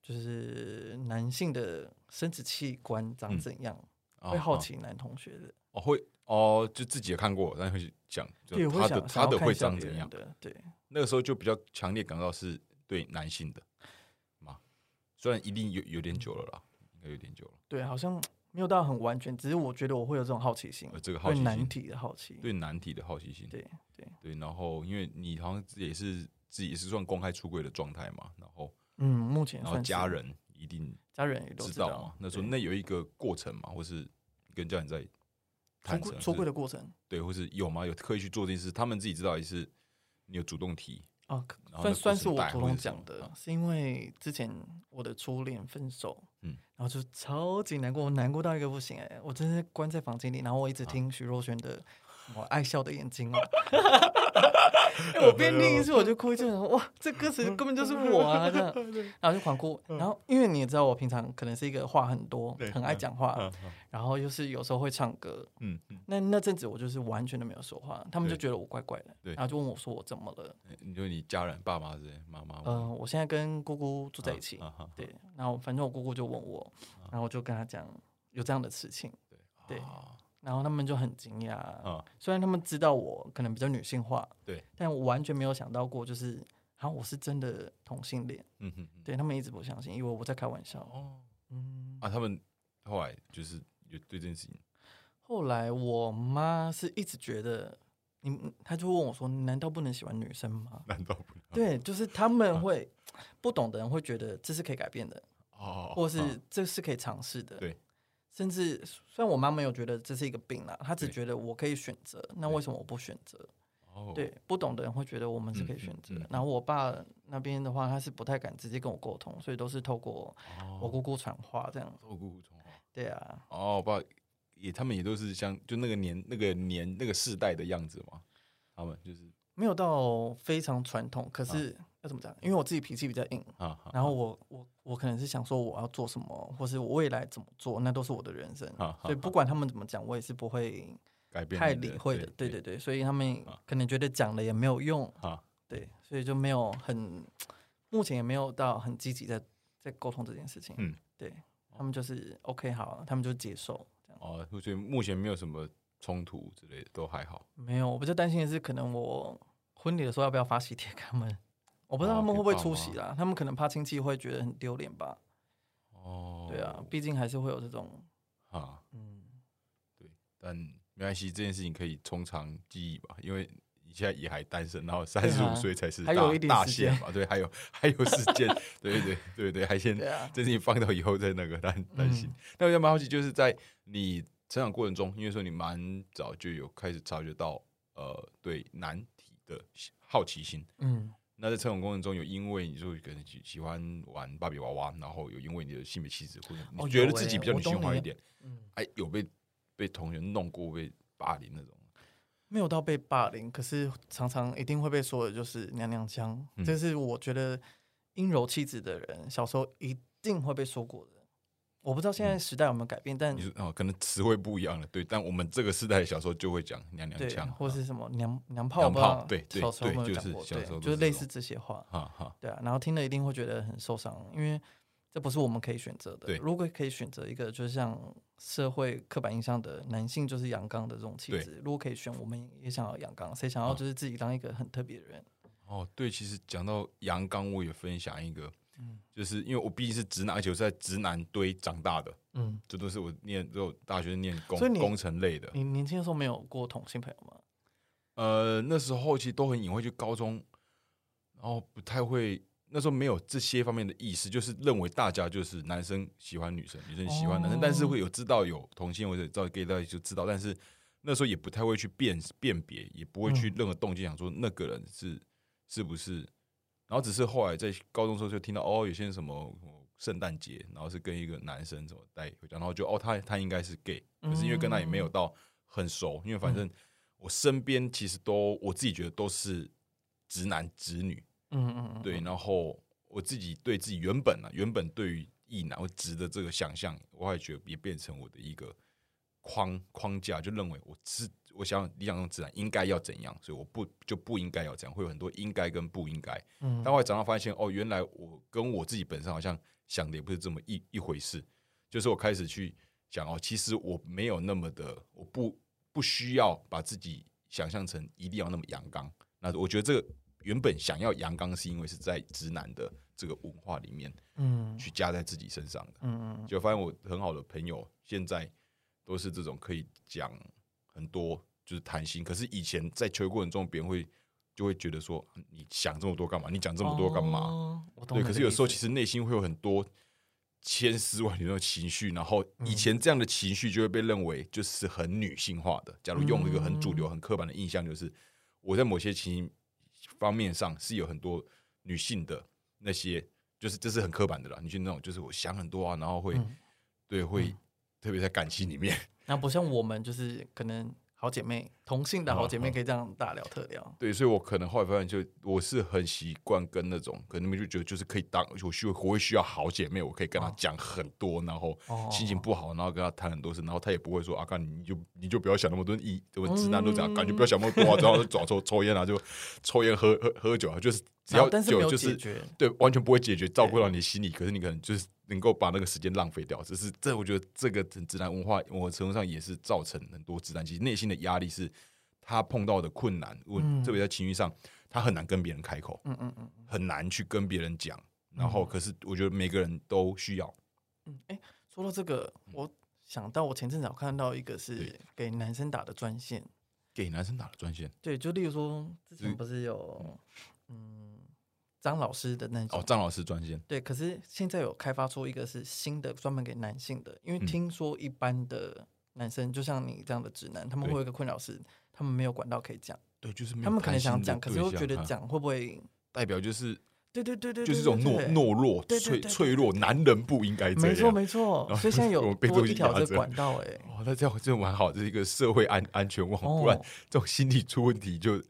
Speaker 3: 就是男性的生殖器官长
Speaker 2: 嗯
Speaker 3: 怎样，
Speaker 2: 哦
Speaker 3: 会好
Speaker 2: 哦
Speaker 3: 奇男同学的。
Speaker 2: 哦，会哦，就自己也看过，但会讲就
Speaker 3: 对，
Speaker 2: 他
Speaker 3: 会
Speaker 2: 的
Speaker 3: 想
Speaker 2: 他
Speaker 3: 想
Speaker 2: 的
Speaker 3: 要看
Speaker 2: 会
Speaker 3: 一下
Speaker 2: 长
Speaker 3: 别
Speaker 2: 怎
Speaker 3: 人
Speaker 2: 样。
Speaker 3: 的，对，
Speaker 2: 那个时候就比较强烈感到是对男性的嘛，虽然一定有有点久了啦，应该有点久了。
Speaker 3: 对，好像没有到很完全，只是我觉得我会有这种好奇心
Speaker 2: 呃，这个好奇
Speaker 3: 对
Speaker 2: 心
Speaker 3: 难题的好奇，
Speaker 2: 对难题的好奇心，
Speaker 3: 对对
Speaker 2: 对，然后因为你好像自己也是自己也是算公开出柜的状态嘛，然后
Speaker 3: 嗯，目前
Speaker 2: 然后
Speaker 3: 算是
Speaker 2: 家人一定
Speaker 3: 家人也都
Speaker 2: 知
Speaker 3: 道
Speaker 2: 道嘛，那时
Speaker 3: 对
Speaker 2: 候那有一个过程嘛，或是跟家人在
Speaker 3: 出
Speaker 2: 坦
Speaker 3: 柜
Speaker 2: 诚
Speaker 3: 出柜
Speaker 2: 的
Speaker 3: 的过程
Speaker 2: 对，或是有吗？有刻意去做这件事，他们自己知道也是你有主动提，
Speaker 3: 啊，
Speaker 2: 然后那过
Speaker 3: 算算
Speaker 2: 程
Speaker 3: 是我
Speaker 2: 大概
Speaker 3: 主
Speaker 2: 会是
Speaker 3: 动
Speaker 2: 什
Speaker 3: 讲
Speaker 2: 么
Speaker 3: 的
Speaker 2: 啊，
Speaker 3: 是因为之前我的初恋分手，
Speaker 2: 嗯
Speaker 3: 嗯，然后就超级难过，我难过到一个不行哎、我真是关在房间里，然后我一
Speaker 2: 啊
Speaker 3: 直听徐若瑄的《我爱笑的眼睛》 哦。哎我边听一次我就哭一次，我说哇，这歌词根本就是我 啊！这样，然后就狂哭。然后因为你也知道，我平常可能是一个话很多
Speaker 2: 嗯对、
Speaker 3: 很爱讲话
Speaker 2: 嗯，
Speaker 3: 然后又是有时候会唱歌。
Speaker 2: 嗯，嗯
Speaker 3: 那那阵子我就是完全都没有说话，他们就
Speaker 2: 对
Speaker 3: 觉得我怪怪的，
Speaker 2: 对
Speaker 3: 然后就问我说我怎么了？
Speaker 2: 嗯你就你家人爸妈之类，妈妈
Speaker 3: 嗯、我现在跟姑姑住在一起，
Speaker 2: 啊啊啊
Speaker 3: 对，然后反正我姑姑就问我，然后我就跟她讲有这样的事情，对
Speaker 2: 啊
Speaker 3: 然后他们就很惊讶，
Speaker 2: 啊，
Speaker 3: 虽然他们知道我可能比较女性化，
Speaker 2: 对，
Speaker 3: 但我完全没有想到过，就是啊，我是真的同性恋，
Speaker 2: 嗯哼嗯
Speaker 3: 对他们一直不相信，以为我在开玩笑，
Speaker 2: 哦
Speaker 3: 嗯，
Speaker 2: 啊，他们后来就是有对这件事情，
Speaker 3: 后来我妈是一直觉得。你，她就问我说：“难道不能喜欢女生吗
Speaker 2: 难道不？”
Speaker 3: 对，就是他们会不懂的人会觉得这是可以改变的，
Speaker 2: 哦，
Speaker 3: 或
Speaker 2: 啊
Speaker 3: 是这是可以尝试的。
Speaker 2: 对，
Speaker 3: 甚至虽然我妈没有觉得这是一个病啦，她只
Speaker 2: 对
Speaker 3: 觉得我可以选择，那
Speaker 2: 对
Speaker 3: 为什么我不选择？
Speaker 2: 哦
Speaker 3: 对，不懂的人会觉得我们是可以选
Speaker 2: 嗯
Speaker 3: 择
Speaker 2: 嗯
Speaker 3: 的
Speaker 2: 嗯。
Speaker 3: 然后我爸那边的话，他是不太敢直接跟我沟通，所以都是透过
Speaker 2: 哦
Speaker 3: 我姑姑传话这样。
Speaker 2: 透过古从化
Speaker 3: 对啊，
Speaker 2: 哦，不好意思也他们也都是像就那个年那个年那个世代的样子嘛，他们就是
Speaker 3: 没有到非常传统，可是要怎么讲？因为我自己脾气比较硬，
Speaker 2: 啊，啊
Speaker 3: 然后我我我可能是想说我要做什么，或是我未来怎么做，那都是我的人生
Speaker 2: 啊啊，
Speaker 3: 所以不管他们怎么讲，我也是不会
Speaker 2: 改变
Speaker 3: 太
Speaker 2: 你
Speaker 3: 理会的。对对，对，所以他们
Speaker 2: 啊
Speaker 3: 可能觉得讲了也没有用，
Speaker 2: 啊，
Speaker 3: 对，所以就没有很，目前也没有到很积极在在沟通这件事情。
Speaker 2: 嗯，
Speaker 3: 对他们就是 OK 好，他们就接受这样。
Speaker 2: 哦，所以目前没有什么冲突之类的，都还好。
Speaker 3: 没有，我比较担心的是，可能我婚礼的时候要不要发喜帖给他们？我不知道他们会不会出席啦，他们可能怕亲戚会觉得很丢脸吧。
Speaker 2: 哦，
Speaker 3: 对啊，毕竟还是会有这种，
Speaker 2: 啊，
Speaker 3: 嗯，
Speaker 2: 对，但没关系，这件事情可以充长记忆吧，因为你现在也还单身，然后三十
Speaker 3: 对
Speaker 2: 五
Speaker 3: 啊
Speaker 2: 岁才是大
Speaker 3: 还有一点
Speaker 2: 大
Speaker 3: 时
Speaker 2: 限
Speaker 3: 间
Speaker 2: 嘛，对，还有还有时间， 对对对对，还先
Speaker 3: 对啊
Speaker 2: 这事情放到以后再那个担担
Speaker 3: 嗯
Speaker 2: 心。那我就蛮好奇，就是在你成长过程中，因为说你蛮早就有开始察觉到呃对难题的好奇心，
Speaker 3: 嗯，
Speaker 2: 那在成长过程中，有因为你就可能喜喜欢玩芭比娃娃，然后有因为你的性别气质，或者
Speaker 3: 哦
Speaker 2: 你觉得
Speaker 3: 有
Speaker 2: 自己
Speaker 3: 欸
Speaker 2: 比较女
Speaker 3: 我懂
Speaker 2: 性化
Speaker 3: 你
Speaker 2: 一点，
Speaker 3: 嗯
Speaker 2: 哎，有被被同学弄过、被霸凌那种，
Speaker 3: 嗯没有到被霸凌，可是常常一定会被说的就是娘娘腔，
Speaker 2: 嗯
Speaker 3: 这是我觉得阴柔气质的人小时候一定会被说过的。我不知道现在时代有没有改变，但
Speaker 2: 嗯你说哦，可能词汇不一样了，对，但我们这个时代小时候就会讲娘娘
Speaker 3: 对
Speaker 2: 腔，，啊
Speaker 3: 或是什么娘娘炮，
Speaker 2: 娘
Speaker 3: 我不
Speaker 2: 炮
Speaker 3: 知道
Speaker 2: 对对
Speaker 3: 小时候有没
Speaker 2: 对就
Speaker 3: 有讲
Speaker 2: 是
Speaker 3: 过，
Speaker 2: 小时候都
Speaker 3: 对，就是是
Speaker 2: 这
Speaker 3: 类
Speaker 2: 种
Speaker 3: 似这些话，
Speaker 2: 哈哈，
Speaker 3: 对啊，然后听了一定会觉得很受伤，因为这不是我们可以选择的
Speaker 2: 对。
Speaker 3: 如果可以选择一个，就是像社会刻板印象的男性就是阳刚的这种气
Speaker 2: 对嗯
Speaker 3: 质，如果可以选，我们也想要阳刚，谁想要就是自己当一个很特别的人？
Speaker 2: 哦，对，其实讲到阳刚，我也分享一个，
Speaker 3: 嗯
Speaker 2: 就是因为我毕竟是直男，而且我是在直男堆长大的，
Speaker 3: 嗯，
Speaker 2: 这都是我念，就大学念工
Speaker 3: 所以你
Speaker 2: 工程类的，
Speaker 3: 你年轻的时候没有过同性朋友吗？
Speaker 2: 呃，那时候其实都很隐晦，就高中，然后不太会，那时候没有这些方面的意识，就是认为大家就是男生喜欢女生，女生喜欢男生，但是
Speaker 3: 哦
Speaker 2: 会有知道有同性或者知道 gay 大家就知道，但是那时候也不太会去辨辨别，也不会
Speaker 3: 嗯
Speaker 2: 去任何动机想说那个人是是不是，然后只是后来在高中时候就听到哦，有些人什么。圣诞节，然后是跟一个男生怎么带回家，然后就哦，他他应该是 gay，可是因为跟他也没有到很熟，因为反正我身边其实都我自己觉得都是直男直女，
Speaker 3: 嗯嗯嗯，
Speaker 2: 对，然后我自己对自己原本啊，原本对于异男或直的这个想象，我也觉得也变成我的一个框框架，就认为我是我想理想中直男应该要怎样，所以我不就不应该要这样，会有很多应该跟不应该。
Speaker 3: 嗯
Speaker 2: 但后来长大发现，哦，原来我跟我自己本身好像想的也不是这么一一回事。就是我开始去想哦，其实我没有那么的，我不不需要把自己想象成一定要那么阳刚。那我觉得这个原本想要阳刚，是因为是在直男的这个文化里面
Speaker 3: 嗯
Speaker 2: 去加在自己身上的。
Speaker 3: 嗯嗯
Speaker 2: 就发现我很好的朋友现在都是这种可以讲很多，就是谈心。可是以前在求过程中，别人会就会觉得说，啊你想这么多干嘛？你讲这么多干嘛？
Speaker 3: 哦我懂
Speaker 2: 对，
Speaker 3: 你
Speaker 2: 可是
Speaker 3: 的
Speaker 2: 有
Speaker 3: 意
Speaker 2: 时候嗯哦
Speaker 3: 思
Speaker 2: 其实内心会有很多千丝万缕的那种情绪，然后以前这样的情绪就会被认为就是很女性化的。假如用一个很主流、很刻板的印象，就是我在某些情方面上是有很多女性的那些，就是这是很刻板的啦。你去那种就是我想很多啊，然后会、
Speaker 3: 嗯
Speaker 2: 对会。特别在感情里面，
Speaker 3: 那不像我们就是可能好姐妹同性的好姐
Speaker 2: 嗯
Speaker 3: 妹
Speaker 2: 嗯
Speaker 3: 可以这样大聊特聊，
Speaker 2: 对，所以我可能后来发现就，我是很习惯跟那种，可能你们就觉得就是可以当，我需要我会需要好姐妹，我可以跟她
Speaker 3: 哦
Speaker 2: 讲很多，然后
Speaker 3: 哦
Speaker 2: 心情不好，然后跟她谈很多事，然后她也不会说啊，干你就你就不要想那么多，一我们直男都这样，感觉不要想那么多啊，然后就找抽抽烟啊，就抽烟喝喝喝酒啊，就是只
Speaker 3: 然
Speaker 2: 要
Speaker 3: 后但是没
Speaker 2: 酒
Speaker 3: 有
Speaker 2: 就
Speaker 3: 解
Speaker 2: 是
Speaker 3: 决，
Speaker 2: 对，完全不会解决照顾到你的心理，可是你可能就是能够把那个时间浪费掉，只是这我觉得这个直男文化，我程度上也是造成很多直男其实内心的压力是他碰到的困难，我、
Speaker 3: 嗯
Speaker 2: 特别在情绪上，他很难跟别人开口，
Speaker 3: 嗯嗯嗯
Speaker 2: 很难去跟别人讲，然后可是我觉得每个人都需要，
Speaker 3: 嗯，哎、说到这个，我想到我前阵子有看到一个是
Speaker 2: 嗯对
Speaker 3: 给男生打的专线，
Speaker 2: 给男生打了专线
Speaker 3: 对，就例如说之前
Speaker 2: 嗯
Speaker 3: 不是有嗯张老师的那种
Speaker 2: 哦，张老师专线，
Speaker 3: 对，可是现在有开发出一个是新的，专门给男性的，因为
Speaker 2: 嗯
Speaker 3: 听说一般的男生，就像你这样的直男，他们
Speaker 2: 对
Speaker 3: 会有一个困扰是，他们没有管道可以讲，
Speaker 2: 对，就是没有
Speaker 3: 他们可能
Speaker 2: 谈心
Speaker 3: 想
Speaker 2: 的
Speaker 3: 讲，可是
Speaker 2: 对
Speaker 3: 又
Speaker 2: 象
Speaker 3: 觉得
Speaker 2: 啊
Speaker 3: 讲会不会？
Speaker 2: 代表就是
Speaker 3: 对对对对，
Speaker 2: 就是这
Speaker 3: 对
Speaker 2: 种懦。懦弱、
Speaker 3: 对对对
Speaker 2: 脆
Speaker 3: 对
Speaker 2: 脆弱，男人不应该
Speaker 3: 对
Speaker 2: 这
Speaker 3: 对
Speaker 2: 样，
Speaker 3: 没错没错，所以现在
Speaker 2: 我
Speaker 3: 有
Speaker 2: 被
Speaker 3: 多
Speaker 2: 东
Speaker 3: 一
Speaker 2: 西
Speaker 3: 条
Speaker 2: 压
Speaker 3: 这
Speaker 2: 着
Speaker 3: 个管道哎、
Speaker 2: 哦，那这样这蛮好，这是一个社会安安全网，
Speaker 3: 哦
Speaker 2: 不然这种心理出问题就很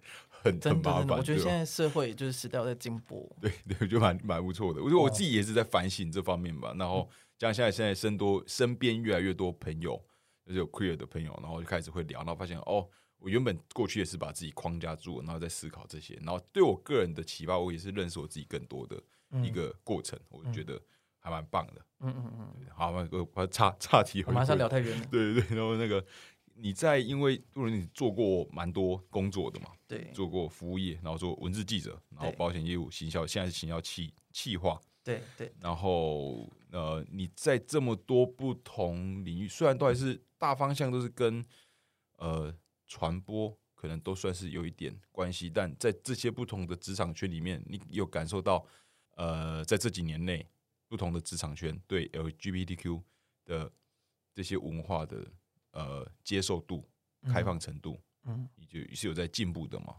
Speaker 2: 很
Speaker 3: 真的
Speaker 2: 麻
Speaker 3: 真的，
Speaker 2: 烦。
Speaker 3: 我觉得
Speaker 2: 对吧
Speaker 3: 现在社会就是时代有在进步，
Speaker 2: 对对，我觉得蛮蛮不错的。我觉得我
Speaker 3: 哦嗯
Speaker 2: 自己也是在反省这方面吧。然后加上现在现在身多身边越来越多朋友，就是有 queer 的朋友，然后就开始会聊，然后发现哦，我原本过去也是把自己框架住，然后在思考这些。然后对我个人的启发，我也是认识我自己更多的 一个过程。我觉得还蛮棒的。
Speaker 3: 嗯嗯嗯，
Speaker 2: 对好，我我岔岔题
Speaker 3: 我
Speaker 2: 回归，
Speaker 3: 马上聊太远了，
Speaker 2: 对对对，然后那个你在因为杜伦，你做过蛮多工作的嘛，
Speaker 3: 对
Speaker 2: 做过服务业，然后做文字记者，然后
Speaker 3: 对
Speaker 2: 保险业务、行销，现在是行销企企划，
Speaker 3: 对对，
Speaker 2: 然后呃，你在这么多不同领域，虽然都还是大方向都是跟呃传播可能都算是有一点关系，但在这些不同的职场圈里面，你有感受到呃，在这几年内不同的职场圈对 LGBTQ 的这些文化的呃接受度、开放程度，
Speaker 3: 嗯，
Speaker 2: 你就是有在进步的吗？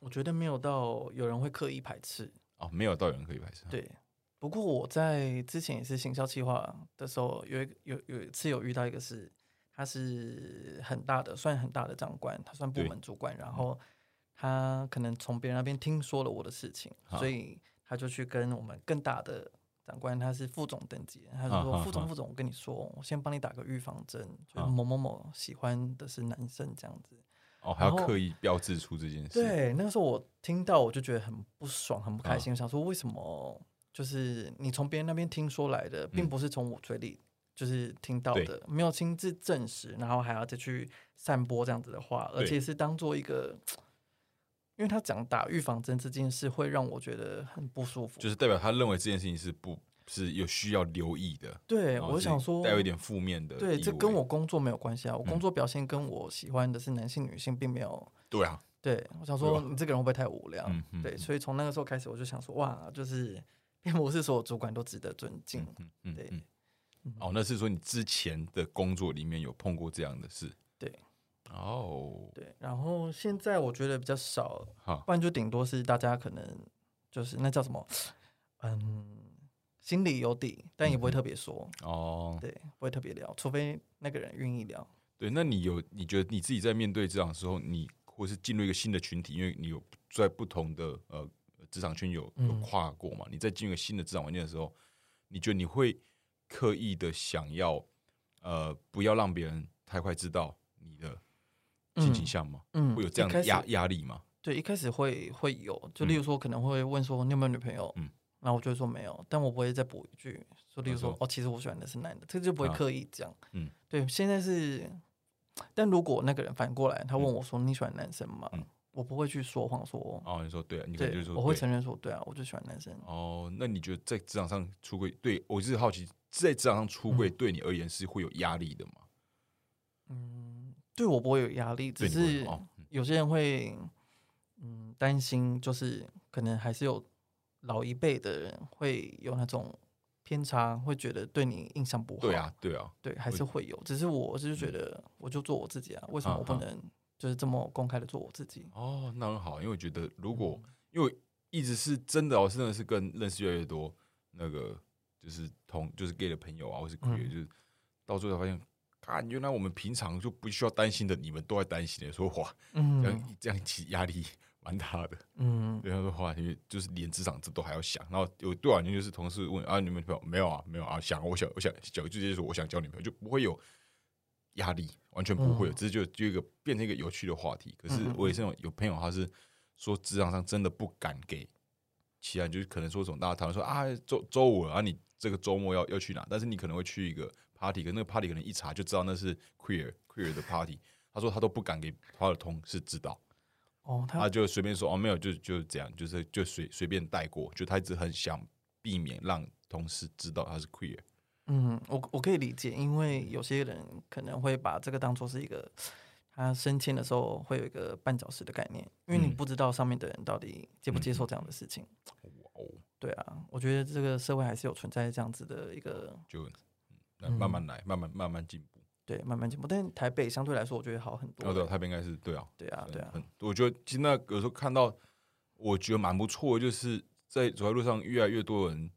Speaker 3: 我觉得没有到有人会刻意排斥，
Speaker 2: 哦，没有到有人可以排斥，
Speaker 3: 对，不过我在之前也是行销企划的时候，有一个有有一次有遇到一个是，他是很大的，算很大的长官，他算部
Speaker 2: 对嗯
Speaker 3: 门主管，然后他可能从别人那边听说了我的事情，所
Speaker 2: 啊
Speaker 3: 以他就去跟我们更大的长官，他是副总等级的，他就
Speaker 2: 啊
Speaker 3: 说：“
Speaker 2: 啊
Speaker 3: 副总，
Speaker 2: 啊
Speaker 3: 副总，我跟你说，我先帮你打个预防针，就是
Speaker 2: 啊
Speaker 3: 某某某喜欢的是男生这样子。”
Speaker 2: 哦，还要
Speaker 3: 然后
Speaker 2: 刻意标志出这件事，
Speaker 3: 对，那个时候我听到我就觉得很不爽，很不
Speaker 2: 嗯
Speaker 3: 开心，我想说为什么就是你从别人那边听说来的，并
Speaker 2: 嗯
Speaker 3: 不是从我嘴里就是听到
Speaker 2: 对
Speaker 3: 的，没有亲自证实，然后还要再去散播这样子的话，而
Speaker 2: 对
Speaker 3: 且是当做一个。因为他讲打预防针这件事，会让我觉得很不舒服。
Speaker 2: 就是代表他认为这件事情是不是有需要留意的。
Speaker 3: 对，
Speaker 2: 然后
Speaker 3: 我就是想说，
Speaker 2: 哦带有一点负面的意味。
Speaker 3: 对，这跟我工作没有关系啊。我工
Speaker 2: 嗯
Speaker 3: 作表现跟我喜欢的是男性、女性，并没有
Speaker 2: 对啊，
Speaker 3: 对，我想
Speaker 2: 对
Speaker 3: 说
Speaker 2: 吧
Speaker 3: 你这个人会不会太无聊？
Speaker 2: 嗯嗯
Speaker 3: 对，
Speaker 2: 嗯
Speaker 3: 所以从那个时候开始，我就想说，哇，就是 并不是所有主管都值得尊敬。
Speaker 2: 嗯嗯
Speaker 3: 对
Speaker 2: 嗯。哦，那是说你之前的工作里面有碰过这样的事？
Speaker 3: 对。
Speaker 2: 哦，
Speaker 3: 对，然后现在我觉得比较少，
Speaker 2: 好，
Speaker 3: 不然就顶多是大家可能就是那叫什么，嗯，心里有底，但也不会特别说，
Speaker 2: 嗯哦，
Speaker 3: 对，不会特别聊，除非那个人愿意聊。
Speaker 2: 对，那你有你觉得你自己在面对这样的时候，你或是进入一个新的群体，因为你有在不同的呃职场圈有有
Speaker 3: 嗯
Speaker 2: 跨过嘛？你在进入一个新的职场环境的时候，你觉得你会刻意的想要呃不要让别人太快知道你的性倾
Speaker 3: 嗯
Speaker 2: 向吗？
Speaker 3: 嗯，
Speaker 2: 会有这样
Speaker 3: 一
Speaker 2: 的
Speaker 3: 开始
Speaker 2: 压压力吗？
Speaker 3: 对，一开始会会有，就
Speaker 2: 嗯
Speaker 3: 例如说可能会问说你有没有女朋友，
Speaker 2: 嗯
Speaker 3: 然后我就会说没有，但我不会再补一句，说例如哦
Speaker 2: 他
Speaker 3: 说
Speaker 2: 说
Speaker 3: 哦，其实我喜欢的是男的，这个就不会
Speaker 2: 啊
Speaker 3: 刻意讲，
Speaker 2: 嗯，
Speaker 3: 对，现在是但如果那个人反过来，他问我说：“你喜欢男生吗
Speaker 2: 嗯？”
Speaker 3: 我不会去说谎说，
Speaker 2: 哦，你说对啊，你可能就是，
Speaker 3: 对
Speaker 2: 说
Speaker 3: 我会
Speaker 2: 对
Speaker 3: 承认说：“对啊，我就喜欢男生。
Speaker 2: 哦，那你觉得在职场上出柜，对我就是好奇，在职场上出
Speaker 3: 嗯
Speaker 2: 柜对你而言是会有压力的吗？”
Speaker 3: 嗯对我不会有压力，只
Speaker 2: 对你
Speaker 3: 是
Speaker 2: 不会哦，嗯
Speaker 3: 有些人会嗯担心，就是可能还是有老一辈的人会有那种偏差，会觉得对你印象不好。
Speaker 2: 对啊，对啊，
Speaker 3: 对，还
Speaker 2: 我
Speaker 3: 是会有。只是我就是觉得，我就做我自己啊，为什么我不
Speaker 2: 啊啊
Speaker 3: 能就是这么公开的做我自己？
Speaker 2: 哦，那很好，因为我觉得如果、
Speaker 3: 嗯
Speaker 2: 因为我一直是真的哦，真的是跟认识越来越多那个就是同就是 gay 的朋友啊，或是 queer，、
Speaker 3: 嗯
Speaker 2: 就是到最后才发现，看原来我们平常就不需要担心的，你们都在担心的，说哇，这样、
Speaker 3: 嗯
Speaker 2: 这样其实压力蛮大的。
Speaker 3: 嗯，
Speaker 2: 对他说话，因为就是连职场这都还要想。然后有对我完全就是同事问啊，你们女朋友没有啊？没有啊？想我想我想想，就直接说我想交女朋友，就不会有压力，完全不会有，
Speaker 3: 嗯
Speaker 2: 只是就就一个变成一个有趣的话题。可是
Speaker 3: 嗯嗯
Speaker 2: 我也是有有朋友，他是说职场上真的不敢给其他人，就是可能说什么大家讨论说啊，周周五了啊，你这个周末要要去哪？但是你可能会去一个 party，可那个 party 可能一查就知道那是 queer queer 的 party。他说他都不敢给他的同事知道。
Speaker 3: 哦，他
Speaker 2: 他就随便说哦，没有，就就这样，就是就随随便带过，就他一直很想避免让同事知道他是 queer。
Speaker 3: 嗯，我我可以理解，因为有些人可能会把这个当做是一个他升迁的时候会有一个绊脚石的概念，因为你
Speaker 2: 嗯
Speaker 3: 不知道上面的人到底接不接
Speaker 2: 嗯
Speaker 3: 受这样的事情。
Speaker 2: 哇哦，
Speaker 3: 对啊，我觉得这个社会还是有存在这样子的一个
Speaker 2: 就嗯那慢
Speaker 3: 嗯
Speaker 2: 慢来，慢慢慢慢进步。
Speaker 3: 对慢慢进步，但台北相对来说我觉得好很多
Speaker 2: 哦，对，
Speaker 3: 欸。
Speaker 2: 他们应该是对啊，
Speaker 3: 对啊，
Speaker 2: 很
Speaker 3: 对啊，
Speaker 2: 很，我觉得其实那有时候看到，我觉得蛮不错的，就是在走在路上越来越多人，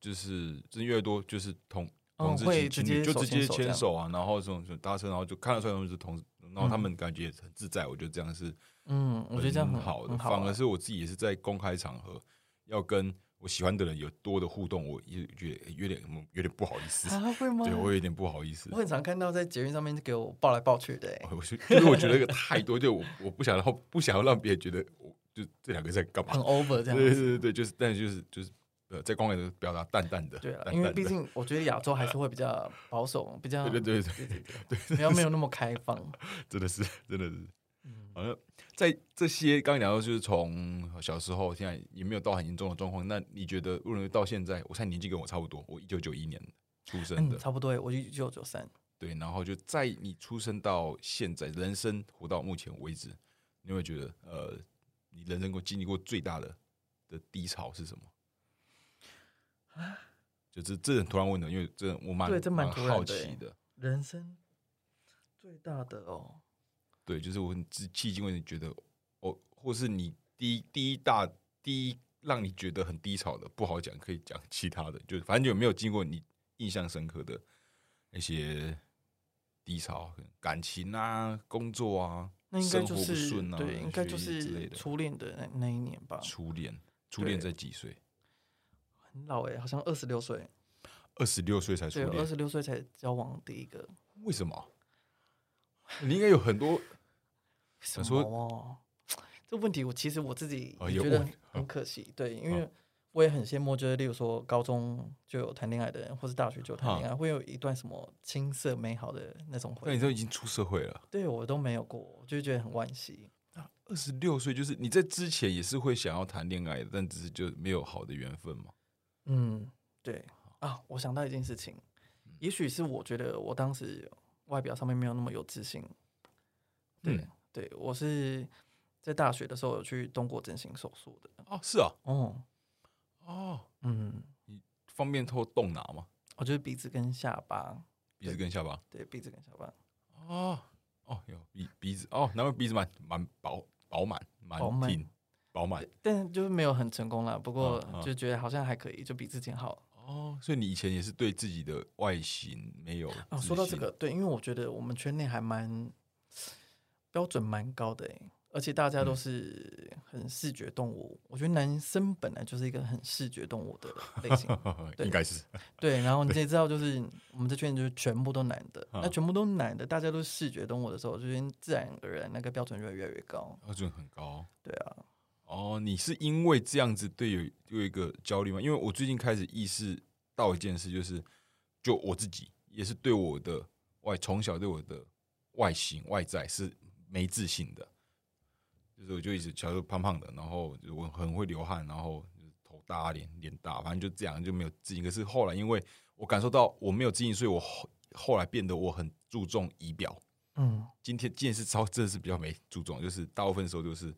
Speaker 2: 就是真的越来越多就是同。
Speaker 3: 嗯
Speaker 2: 同志
Speaker 3: 会
Speaker 2: 情
Speaker 3: 直
Speaker 2: 情侣
Speaker 3: 接
Speaker 2: 就
Speaker 3: 手
Speaker 2: 直
Speaker 3: 牵
Speaker 2: 接
Speaker 3: 手
Speaker 2: 牵
Speaker 3: 这
Speaker 2: 手啊，然后这种这种搭车，然后就看得出来他们是同，然后他
Speaker 3: 嗯
Speaker 2: 们感觉也很自在，我觉得这样是
Speaker 3: 嗯，我觉得这样
Speaker 2: 很
Speaker 3: 很
Speaker 2: 好的，
Speaker 3: 很好
Speaker 2: 反
Speaker 3: 啊
Speaker 2: 而是我自己也是在公开场合要跟我喜欢的人有多的互动，我也觉得有点嗯有点不好意思，
Speaker 3: 啊会吗？
Speaker 2: 对我有点不好意思
Speaker 3: 我。很常看到在捷运上面给我抱来抱去的欸，
Speaker 2: 我是因为我觉得这个太多，就我 我不想让不想要让别人觉得我就这两个在干嘛
Speaker 3: 很？over
Speaker 2: 对
Speaker 3: 这样
Speaker 2: 对对
Speaker 3: 子。
Speaker 2: 对，就是但是就是就是呃，在公开的表达淡淡的，
Speaker 3: 对 啊，
Speaker 2: 淡
Speaker 3: 因为
Speaker 2: 淡
Speaker 3: 毕
Speaker 2: 的
Speaker 3: 竟啊我觉得亚洲还是会比较保守，比较
Speaker 2: 对对对对对对，
Speaker 3: 没有没有那么开 放。
Speaker 2: 真的是，真的是。
Speaker 3: 嗯
Speaker 2: 好像在这些刚刚讲到，就是从小时候现在也没有到很严重的状况。那你觉得，如果到现在，我猜年纪跟我差不多，我一九九一年出生的，
Speaker 3: 嗯，差不多欸，我一九九三。
Speaker 2: 对。然后就在你出生到现在，人生活到目前为止，你有没有觉得，呃，你人生过经历过最大的的低潮是什么？就这这很突然问的，因为这我蛮
Speaker 3: 啊对这蛮突然
Speaker 2: 好
Speaker 3: 的欸
Speaker 2: 奇的。
Speaker 3: 人生最大的哦，
Speaker 2: 对，就是我很至迄今为止觉得，哦，或是你第一第一大第一让你觉得很低潮的，不好讲，可以讲其他的，就是反正有没有经过你印象深刻的那些低潮，可能感情啊、工作啊、
Speaker 3: 那应该就
Speaker 2: 生活不
Speaker 3: 是、
Speaker 2: 顺啊，
Speaker 3: 对，应该就
Speaker 2: 学业之类
Speaker 3: 是
Speaker 2: 的。
Speaker 3: 初恋的那那一年吧，
Speaker 2: 初恋，初恋
Speaker 3: 对
Speaker 2: 在几岁？
Speaker 3: 很老哎、好像二十六岁，
Speaker 2: 二十六岁才初
Speaker 3: 对，二
Speaker 2: 恋，
Speaker 3: 十六岁才交往第一个，
Speaker 2: 为什么？你应该有很多
Speaker 3: 什
Speaker 2: 说
Speaker 3: 么哦？这问题我其实我自己
Speaker 2: 哦
Speaker 3: 也
Speaker 2: 有
Speaker 3: 觉得
Speaker 2: 问
Speaker 3: 很很可惜，对，因
Speaker 2: 哦
Speaker 3: 为我也很羡慕，就是例如说高中就有谈恋爱的人，或是大学就有谈恋爱，会有一段什么青涩美好的那种
Speaker 2: 那
Speaker 3: 回
Speaker 2: 你
Speaker 3: 忆，
Speaker 2: 都已经出社会了，
Speaker 3: 对我都没有过，我就觉得很惋惜。
Speaker 2: 二十六岁就是你在之前也是会想要谈恋爱的，但只是就没有好的缘分嘛。
Speaker 3: 嗯，对啊，我想到一件事情，
Speaker 2: 嗯
Speaker 3: 也许是我觉得我当时外表上面没有那么有自信。对，
Speaker 2: 嗯
Speaker 3: 对我是在大学的时候有去动过整形手术的。
Speaker 2: 哦，是啊，
Speaker 3: 哦，
Speaker 2: 哦，
Speaker 3: 嗯，
Speaker 2: 方便透动拿吗？
Speaker 3: 我就是鼻子跟下巴，
Speaker 2: 鼻子跟下巴。
Speaker 3: 对，鼻子跟下巴
Speaker 2: 哦，哦，有鼻鼻子哦，难怪鼻子蛮蛮饱饱满，
Speaker 3: 饱
Speaker 2: 蛮
Speaker 3: 满
Speaker 2: 挺饱满。
Speaker 3: 但就是没有很成功啦。不过
Speaker 2: 嗯嗯
Speaker 3: 就觉得好像还可以，就比之前好。
Speaker 2: 哦，所以你以前也是对自己的外形没有
Speaker 3: 啊，
Speaker 2: 自
Speaker 3: 说到这
Speaker 2: 信
Speaker 3: 个，对，因为我觉得我们圈内还蛮标准蛮高的欸而且大家
Speaker 2: 嗯
Speaker 3: 都是很视觉动物。我觉得男生本来就是一个很视觉动物的类
Speaker 2: ，
Speaker 3: 型
Speaker 2: 呵呵，
Speaker 3: 对
Speaker 2: 应该是
Speaker 3: 对。然后你也知道，就是我们这圈就是全部都男的，那
Speaker 2: 嗯
Speaker 3: 全部都男的，大家都是视觉动物的时候，就是自然而然那个标准就会越来越高。
Speaker 2: 标准哦很高。
Speaker 3: 对啊，
Speaker 2: 哦，你是因为这样子对有有一个焦虑吗？因为我最近开始意识到一件事，就是就我自己也是对我的外从小对我的外形外在是没自信的，就是我就一直小时候胖胖的，然后就我很会流汗，然后就是头大脸脸大，反正就这样就没有自信。可是后来因为我感受到我没有自信，所以我后后来变得我很注重仪表。
Speaker 3: 嗯，
Speaker 2: 今天今天是超真的是比较没注重，就是大部分时候就是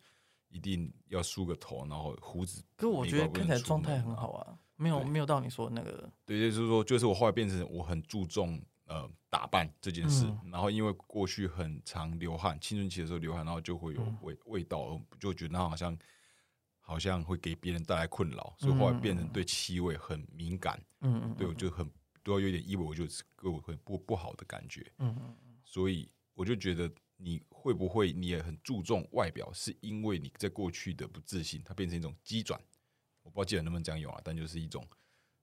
Speaker 2: 一定要梳个头，然后胡子。
Speaker 3: 可是我觉得看起来状态很好
Speaker 2: 啊。
Speaker 3: 啊，没有
Speaker 2: 对
Speaker 3: 没有到你说的那个，
Speaker 2: 对，就是说，就是我后来变成我很注重呃打扮这件事，
Speaker 3: 嗯
Speaker 2: 然后因为过去很常流汗，青春期的时候流汗，然后就会有
Speaker 3: 嗯
Speaker 2: 味、味道，我就觉得那好像好像会给别人带来困扰，所以后来变成对气味很敏感，
Speaker 3: 嗯嗯，
Speaker 2: 对我就很都要有点异味，我就给我很不不好的感觉。
Speaker 3: 嗯嗯
Speaker 2: 所以我就觉得你会不会你也很注重外表，是因为你在过去的不自信，它变成一种机转。我不知道记者能不能这样用啊，但就是一种，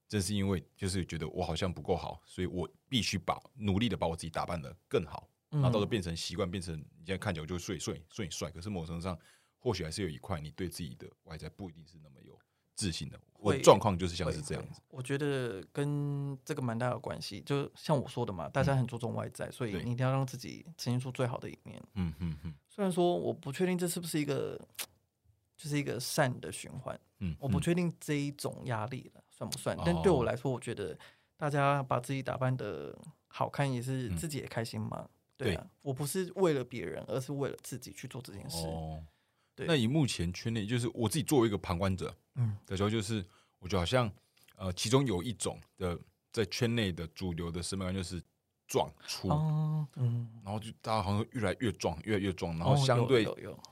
Speaker 2: 正是因为就是觉得我好像不够好，所以我必须把努力的把我自己打扮的更好，
Speaker 3: 嗯，
Speaker 2: 然后到时候
Speaker 3: 嗯
Speaker 2: 变成习惯，变成你现在看起来我就睡睡睡你帅，可是某种程度上或许还是有一块你对自己的外在不一定是那么有自信的。我的
Speaker 3: 会
Speaker 2: 状况就是像
Speaker 3: 会
Speaker 2: 是这样
Speaker 3: 会
Speaker 2: 子，
Speaker 3: 我觉得跟这个蛮大的关系，就像我说的嘛，大家很注重外在，所以
Speaker 2: 嗯对
Speaker 3: 你一定要让自己呈现出最好的一面。
Speaker 2: 嗯嗯嗯
Speaker 3: 虽然说我不确定这是不是一个，就是一个善的循环，
Speaker 2: 嗯，
Speaker 3: 我不
Speaker 2: 嗯
Speaker 3: 确定这一种压力了算不算，但对
Speaker 2: 哦
Speaker 3: 我来说，我觉得大家把自己打扮的好看，也是
Speaker 2: 嗯
Speaker 3: 自己也开心嘛。对啊，我不是为了别人，而是为了自己去做这件事。
Speaker 2: 哦，
Speaker 3: 对
Speaker 2: 那以目前圈内，就是我自己作为一个旁观者
Speaker 3: 嗯
Speaker 2: 的时候，就是我觉得好像呃，其中有一种的在圈内的主流的审美观就是壮粗，
Speaker 3: 哦，嗯，
Speaker 2: 然后就大家好像越来越壮，越来越壮，然
Speaker 3: 哦
Speaker 2: 后相
Speaker 3: 有
Speaker 2: 对、
Speaker 3: 有有，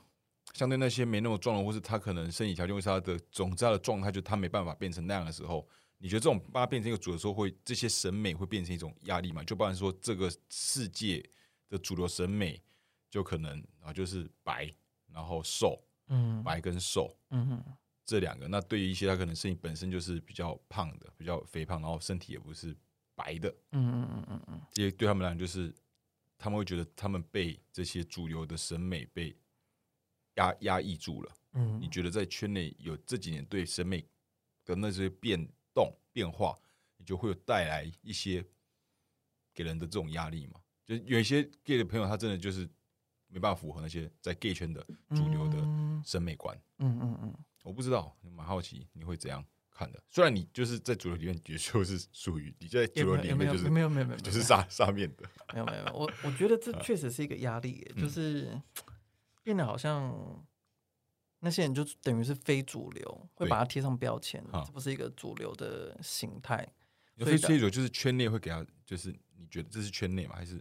Speaker 2: 相对那些没那么壮的，或是他可能身体条件，或是他的总之他的状态，就他没办法变成那样的时候。你觉得这种把它变成一个主流的时候会，这些审美会变成一种压力嘛？就不然说这个世界的主流审美，就可能啊就是白，然后瘦，
Speaker 3: 嗯
Speaker 2: 白跟瘦
Speaker 3: 嗯
Speaker 2: 这两个。那对于一些他可能身体本身就是比较胖的、比较肥胖，然后身体也不是白的，
Speaker 3: 嗯嗯嗯嗯
Speaker 2: 这些对他们来讲就是他们会觉得他们被这些主流的审美被压压抑住了。
Speaker 3: 嗯，
Speaker 2: 你觉得在圈内有这几年对审美的那些变动变化，你就会有带来一些给人的这种压力嘛？就是有一些 gay 的朋友，他真的就是没办法符合那些在 gay 圈的主流的
Speaker 3: 嗯
Speaker 2: 审美观。
Speaker 3: 嗯嗯嗯，
Speaker 2: 我不知道，蛮好奇你会怎样看的。虽然你就是在主流里面，也就是属于你在
Speaker 3: 也
Speaker 2: 主流
Speaker 3: 没有
Speaker 2: 里
Speaker 3: 也没
Speaker 2: 面
Speaker 3: 有
Speaker 2: 就是
Speaker 3: 没有没有没有，
Speaker 2: 就是上啊上面的，
Speaker 3: 没有没有，没有我我觉得这确实是一个压力
Speaker 2: 嗯
Speaker 3: 耶，就是变得好像那些人就等于是非主流，会
Speaker 2: 对
Speaker 3: 把它贴上标签，
Speaker 2: 好
Speaker 3: 这不是一个主流的形态。
Speaker 2: 所以
Speaker 3: 的
Speaker 2: 所以有就是圈内会给他，就是你觉得这是圈内吗？还是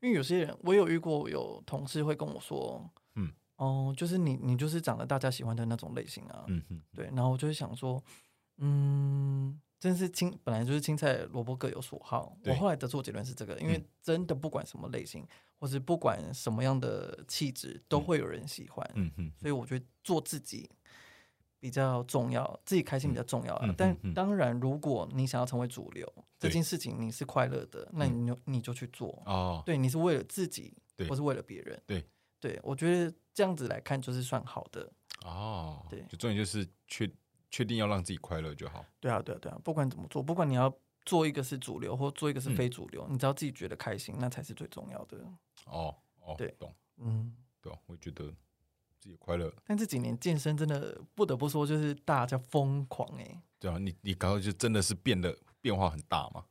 Speaker 3: 因为有些人，我有遇过有同事会跟我说，
Speaker 2: 嗯，
Speaker 3: 哦，就是你你就是长得大家喜欢的那种类型啊，
Speaker 2: 嗯哼
Speaker 3: 对，然后我就会想说，嗯，真是青，本来就是青菜萝卜各有所好。我
Speaker 2: 对
Speaker 3: 后来得出的结论是这个，因为
Speaker 2: 嗯
Speaker 3: 真的不管什么类型，或是不管什么样的气质，都
Speaker 2: 嗯
Speaker 3: 会有人喜欢。
Speaker 2: 嗯哼
Speaker 3: 所以我觉得做自己比较重要，自己开心比较重要啊。
Speaker 2: 嗯嗯
Speaker 3: 但
Speaker 2: 嗯嗯
Speaker 3: 当然，如果你想要成为主流，这
Speaker 2: 对嗯
Speaker 3: 件事情你是快乐的，那你就你就去做。
Speaker 2: 哦，
Speaker 3: 对，你是为了自己，
Speaker 2: 对
Speaker 3: 或是为了别人。
Speaker 2: 对，
Speaker 3: 对我觉得这样子来看就是算好的。
Speaker 2: 哦，
Speaker 3: 对
Speaker 2: 就重点就是确确定要让自己快乐就好。
Speaker 3: 对啊，对啊，对啊，不管怎么做，不管你要做一个是主流或做一个是
Speaker 2: 嗯
Speaker 3: 非主流，你只要自己觉得开心，那才是最重要的。
Speaker 2: 哦哦，
Speaker 3: 对
Speaker 2: 懂
Speaker 3: 嗯，
Speaker 2: 懂，我觉得自己快乐，
Speaker 3: 但这几年健身真的不得不说，就是大家疯狂哎、
Speaker 2: 对啊，你你搞到就真的是变得变化很大嘛？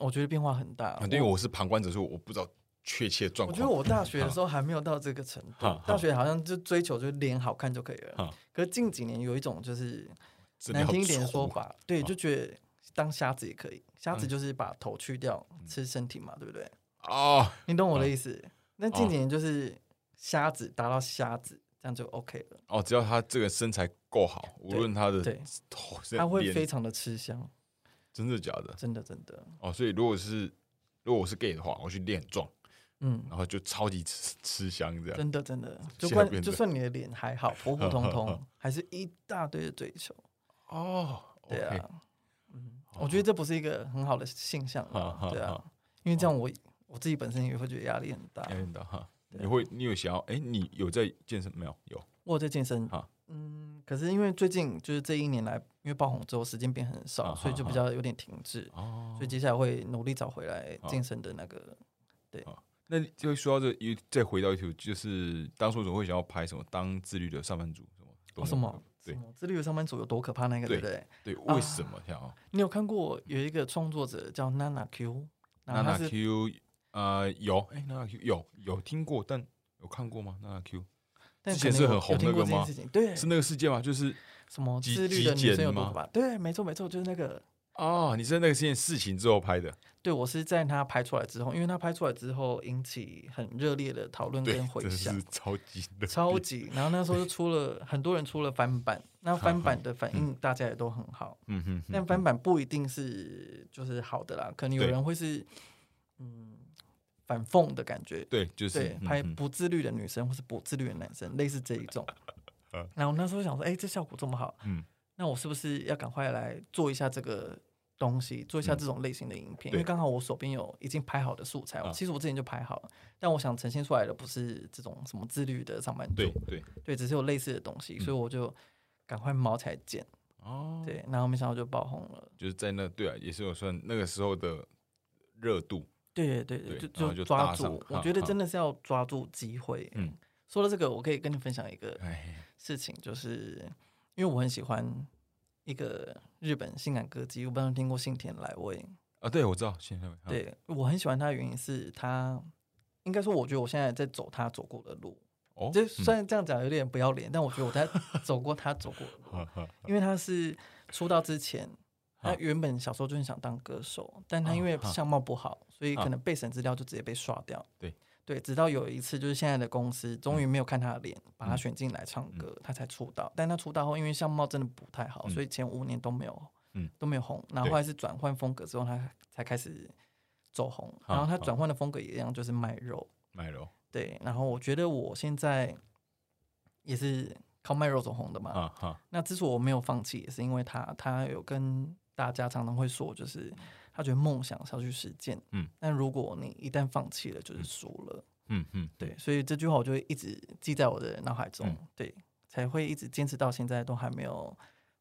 Speaker 3: 我觉得变化很大。
Speaker 2: 啊，对，因为我是旁观者，所以我不知道确切状
Speaker 3: 我
Speaker 2: 况。
Speaker 3: 觉得我 大学的时候还没有到这个程度
Speaker 2: 哈哈，
Speaker 3: 大学好像就追求就是脸好看就可以了
Speaker 2: 哈。
Speaker 3: 可是近几年有一种就是
Speaker 2: 真的
Speaker 3: 难
Speaker 2: 要
Speaker 3: 听一点的
Speaker 2: 粗
Speaker 3: 说，法，对，就觉得当瞎子也可以，瞎子
Speaker 2: 嗯
Speaker 3: 就是把头去掉吃身体嘛，对不对？
Speaker 2: 哦，
Speaker 3: 你懂我的意思？那近几年就是瞎子达到瞎子，这样就 OK 了。
Speaker 2: 哦，只要他这个身材够好，无
Speaker 3: 对
Speaker 2: 论他的
Speaker 3: 对
Speaker 2: 头是
Speaker 3: 他会
Speaker 2: 脸
Speaker 3: 非常的吃香，
Speaker 2: 真的假的
Speaker 3: 真的真的，
Speaker 2: 哦，所以如果是如果我是 gay 的话，我去练壮，
Speaker 3: 嗯，
Speaker 2: 然后就超级吃吃香这样。
Speaker 3: 真的真的， 就
Speaker 2: 现在
Speaker 3: 算
Speaker 2: 变
Speaker 3: 就
Speaker 2: 得
Speaker 3: 算你的脸还好，普普 通通，还是一大堆的追求，
Speaker 2: 哦，
Speaker 3: 对
Speaker 2: OK，哦
Speaker 3: 啊，嗯，我觉得这不是一个很好的现象
Speaker 2: 好
Speaker 3: 啊，
Speaker 2: 好
Speaker 3: 对啊
Speaker 2: 好，哎
Speaker 3: 因为这样我我自己本身也会觉得压力很大。
Speaker 2: 有点到哈。
Speaker 3: 对啊
Speaker 2: 你会，你有想要？哎，你有在健身没有？有
Speaker 3: 我有在健身
Speaker 2: 好，
Speaker 3: 嗯，可是因为最近就是这一年来，因为爆红之后时间变很
Speaker 2: 好
Speaker 3: 少，所以就
Speaker 2: 啊好
Speaker 3: 比较有点停滞，
Speaker 2: 哦
Speaker 3: 所以接下来会努力找回来
Speaker 2: 好
Speaker 3: 健身的那个。对
Speaker 2: 好，那就说到这一，再回到一条，就是当初总会想要拍什么？当自律的上班族什么
Speaker 3: 哦、什么？
Speaker 2: 对
Speaker 3: 什么自律的上班族有多可怕？那个
Speaker 2: 对
Speaker 3: 对不对？
Speaker 2: 对，
Speaker 3: 啊
Speaker 2: 为什么想要？
Speaker 3: 你有看过有一个创作者叫 Nana Q，
Speaker 2: 娜
Speaker 3: 然后
Speaker 2: 娜
Speaker 3: 他是
Speaker 2: Q，呃，有，哎，娜娜 Q 有有听过，但有看过吗？娜娜 Q
Speaker 3: 但
Speaker 2: 之
Speaker 3: 可
Speaker 2: 前
Speaker 3: 能
Speaker 2: 是
Speaker 3: 有
Speaker 2: 很
Speaker 3: 有
Speaker 2: 红
Speaker 3: 听
Speaker 2: 那
Speaker 3: 过
Speaker 2: 个
Speaker 3: 这件
Speaker 2: 吗
Speaker 3: 事情对，
Speaker 2: 是那个事件吗？就是
Speaker 3: 什么
Speaker 2: 极
Speaker 3: 自律的女
Speaker 2: 极
Speaker 3: 生有
Speaker 2: 简
Speaker 3: 多
Speaker 2: 吗
Speaker 3: 可怕？对，没错没错，就是那个。
Speaker 2: 啊，你是那个件事情之后拍的，
Speaker 3: 对，我是在他拍出来之后，因为他拍出来之后引起很热烈的讨论
Speaker 2: 对
Speaker 3: 跟，回
Speaker 2: 真
Speaker 3: 响
Speaker 2: 是，超级的，
Speaker 3: 超级。然后那时候就出了很多人出了翻版，那翻版 的反应大家也都很好。
Speaker 2: 嗯哼哼，
Speaker 3: 但翻版不一定是就是好的啦，可能有
Speaker 2: 对
Speaker 3: 人会是嗯反讽的感觉，
Speaker 2: 对，就是
Speaker 3: 对，拍
Speaker 2: 嗯哼
Speaker 3: 不自律的女生或是不自律的男生，类似这一种
Speaker 2: 嗯。
Speaker 3: 然后那时候想说，哎、这效果这么好，
Speaker 2: 嗯
Speaker 3: 那我是不是要赶快来做一下这个东西，做一下
Speaker 2: 嗯
Speaker 3: 这种类型的影片？
Speaker 2: 对
Speaker 3: 因为刚好我手边有已经拍好的素材，
Speaker 2: 啊
Speaker 3: 其实我之前就拍好了，但我想呈现出来的不是这种什么自律的上班族，
Speaker 2: 对嗯对
Speaker 3: 对只是有类似的东西，所以我就赶快毛起来剪，
Speaker 2: 哦，
Speaker 3: 对，然后没想到就爆红了。
Speaker 2: 就是在那对啊，也是有算那个时候的热度，
Speaker 3: 对对对，
Speaker 2: 对
Speaker 3: 就
Speaker 2: 然后就
Speaker 3: 抓
Speaker 2: 搭上
Speaker 3: 住，
Speaker 2: 哈
Speaker 3: 我觉得
Speaker 2: 哈
Speaker 3: 真的是要抓住机会。
Speaker 2: 嗯
Speaker 3: 说到这个，我可以跟你分享一个
Speaker 2: 哎，
Speaker 3: 事情，就是因为我很喜欢一个日本性感歌姬，我不知道你听过幸田来未？
Speaker 2: 啊，对，我知道，现在啊
Speaker 3: 对我很喜欢他的原因是他，应该说我觉得我现在在走他走过的路，
Speaker 2: 哦，
Speaker 3: 就虽然这样讲有点不要脸，但我觉得我在走过他走过的
Speaker 2: 嗯
Speaker 3: 路，
Speaker 2: 哈哈
Speaker 3: 因为他是出道之前。他
Speaker 2: 啊
Speaker 3: 原本小时候就很想当歌手，但他
Speaker 2: 啊
Speaker 3: 因为
Speaker 2: 啊
Speaker 3: 相貌不好，所以
Speaker 2: 啊
Speaker 3: 可能备审资料就直接被刷掉。
Speaker 2: 对嗯
Speaker 3: 对，直到有一次就是现在的公司终于没有看他的脸，把他选进来唱歌，他才出道。但他出道后，因为相貌真的不太好，
Speaker 2: 嗯
Speaker 3: 所以前五年都没有，
Speaker 2: 嗯
Speaker 3: 都没有红。然后
Speaker 2: 对
Speaker 3: 后来是转换风格之后，他才开始走红。
Speaker 2: 好
Speaker 3: 然后他
Speaker 2: 好
Speaker 3: 转换的风格也一样，就是卖肉。
Speaker 2: 卖楼
Speaker 3: 对，然后我觉得我现在也是靠卖肉走红的嘛。
Speaker 2: 啊哈，
Speaker 3: 那之所以我没有放弃，也是因为他他有跟大家常常会说，就是他觉得梦想是要去实践，
Speaker 2: 嗯，
Speaker 3: 但如果你一旦放弃了，就是输了。
Speaker 2: 嗯嗯，
Speaker 3: 对，所以这句话我就会一直记在我的脑海中，
Speaker 2: 嗯
Speaker 3: 对，才会一直坚持到现在，都还没有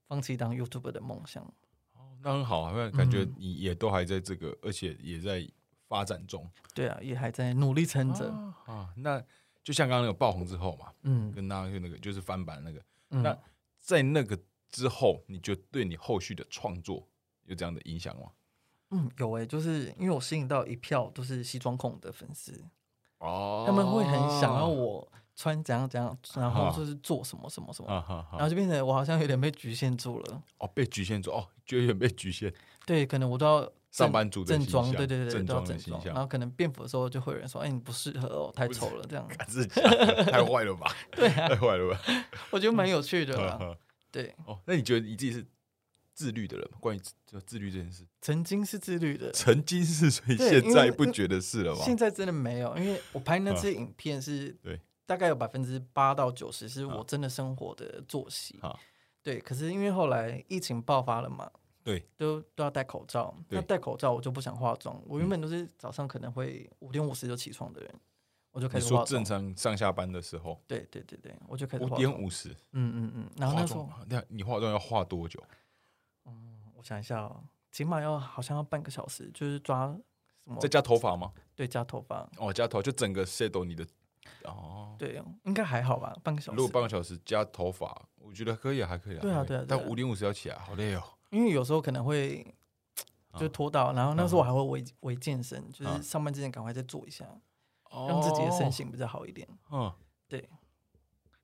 Speaker 3: 放弃当 YouTuber 的梦想。
Speaker 2: 哦那很好啊，那感觉
Speaker 3: 嗯
Speaker 2: 你也都还在这个，而且也在发展中
Speaker 3: 对啊，也还在努力撑着。
Speaker 2: 啊啊，那就像刚刚那个爆红之后嘛，
Speaker 3: 嗯
Speaker 2: 跟大家去那个就是翻版那个，
Speaker 3: 嗯，
Speaker 2: 那在那个之后，你觉得对你后续的创作有这样的影响吗？
Speaker 3: 嗯有诶、就是因为我吸引到一票都是西装控的粉丝，
Speaker 2: 哦
Speaker 3: 他们会很想要我穿怎样怎样，然后就是做什么什么什么，
Speaker 2: 啊哈
Speaker 3: 然后
Speaker 2: 哈，
Speaker 3: 就变成我好像有点被局限住了。
Speaker 2: 哦，被局限住哦，就有点被局限
Speaker 3: 对，可能我都要。
Speaker 2: 上班族的
Speaker 3: 正
Speaker 2: 形
Speaker 3: 装，
Speaker 2: 象
Speaker 3: 对对对，
Speaker 2: 正
Speaker 3: 都要
Speaker 2: 装的
Speaker 3: 正
Speaker 2: 形
Speaker 3: 装。
Speaker 2: 象
Speaker 3: 然后可能便服的时候，就会有人说：“哎，你不适合哦，太丑了。” 这样，啊
Speaker 2: 自己，太坏了吧？对、 太坏了 吧？
Speaker 3: 我觉得蛮有趣的
Speaker 2: 哈
Speaker 3: 啦。
Speaker 2: 哈
Speaker 3: 对，啊
Speaker 2: 哦，那你觉得你自己是自律的人吗？关于自就自律这件事，
Speaker 3: 曾经是自律的，
Speaker 2: 曾经是，所以
Speaker 3: 对
Speaker 2: 现
Speaker 3: 因
Speaker 2: 在
Speaker 3: 为
Speaker 2: 不觉得是了吧？嗯
Speaker 3: 现在真的没有，因为我拍那支影片是，
Speaker 2: 对，
Speaker 3: 大概有百分之八到九十是
Speaker 2: 啊
Speaker 3: 我真的生活的作息
Speaker 2: 啊，
Speaker 3: 对。可是因为后来疫情爆发了嘛，
Speaker 2: 对，
Speaker 3: 都都要戴口罩，
Speaker 2: 对
Speaker 3: 那戴口罩我就不想化妆，我原本都是早上可能会五点五十就起床的人，我就开
Speaker 2: 你
Speaker 3: 始化
Speaker 2: 说
Speaker 3: 妆
Speaker 2: 正，常上下班的时候
Speaker 3: 对对对对，我就开始
Speaker 2: 五
Speaker 3: 化
Speaker 2: 点
Speaker 3: 妆，
Speaker 2: 五十
Speaker 3: 嗯嗯嗯，然后
Speaker 2: 化
Speaker 3: 那时候
Speaker 2: 妆，那你化妆要化多久？
Speaker 3: 我想一下哦，起码要好像要半个小时，就是抓什么
Speaker 2: 再加头发吗？
Speaker 3: 对加头发，
Speaker 2: 哦，加头就整个 set 你的哦。
Speaker 3: 对，应该还好吧，半个小
Speaker 2: 如
Speaker 3: 时
Speaker 2: 果。半个小时加头发，我觉得可以啊，还可以啊。
Speaker 3: 对啊
Speaker 2: 还可以
Speaker 3: 对啊对啊
Speaker 2: 但五点五十要起来，好累哦。
Speaker 3: 因为有时候可能会
Speaker 2: 嗯
Speaker 3: 就拖到，然后那时候我还会微微健身，就
Speaker 2: 啊
Speaker 3: 是上班之前赶快再做一下，让自己的身嗯形比较好一点。
Speaker 2: 哦，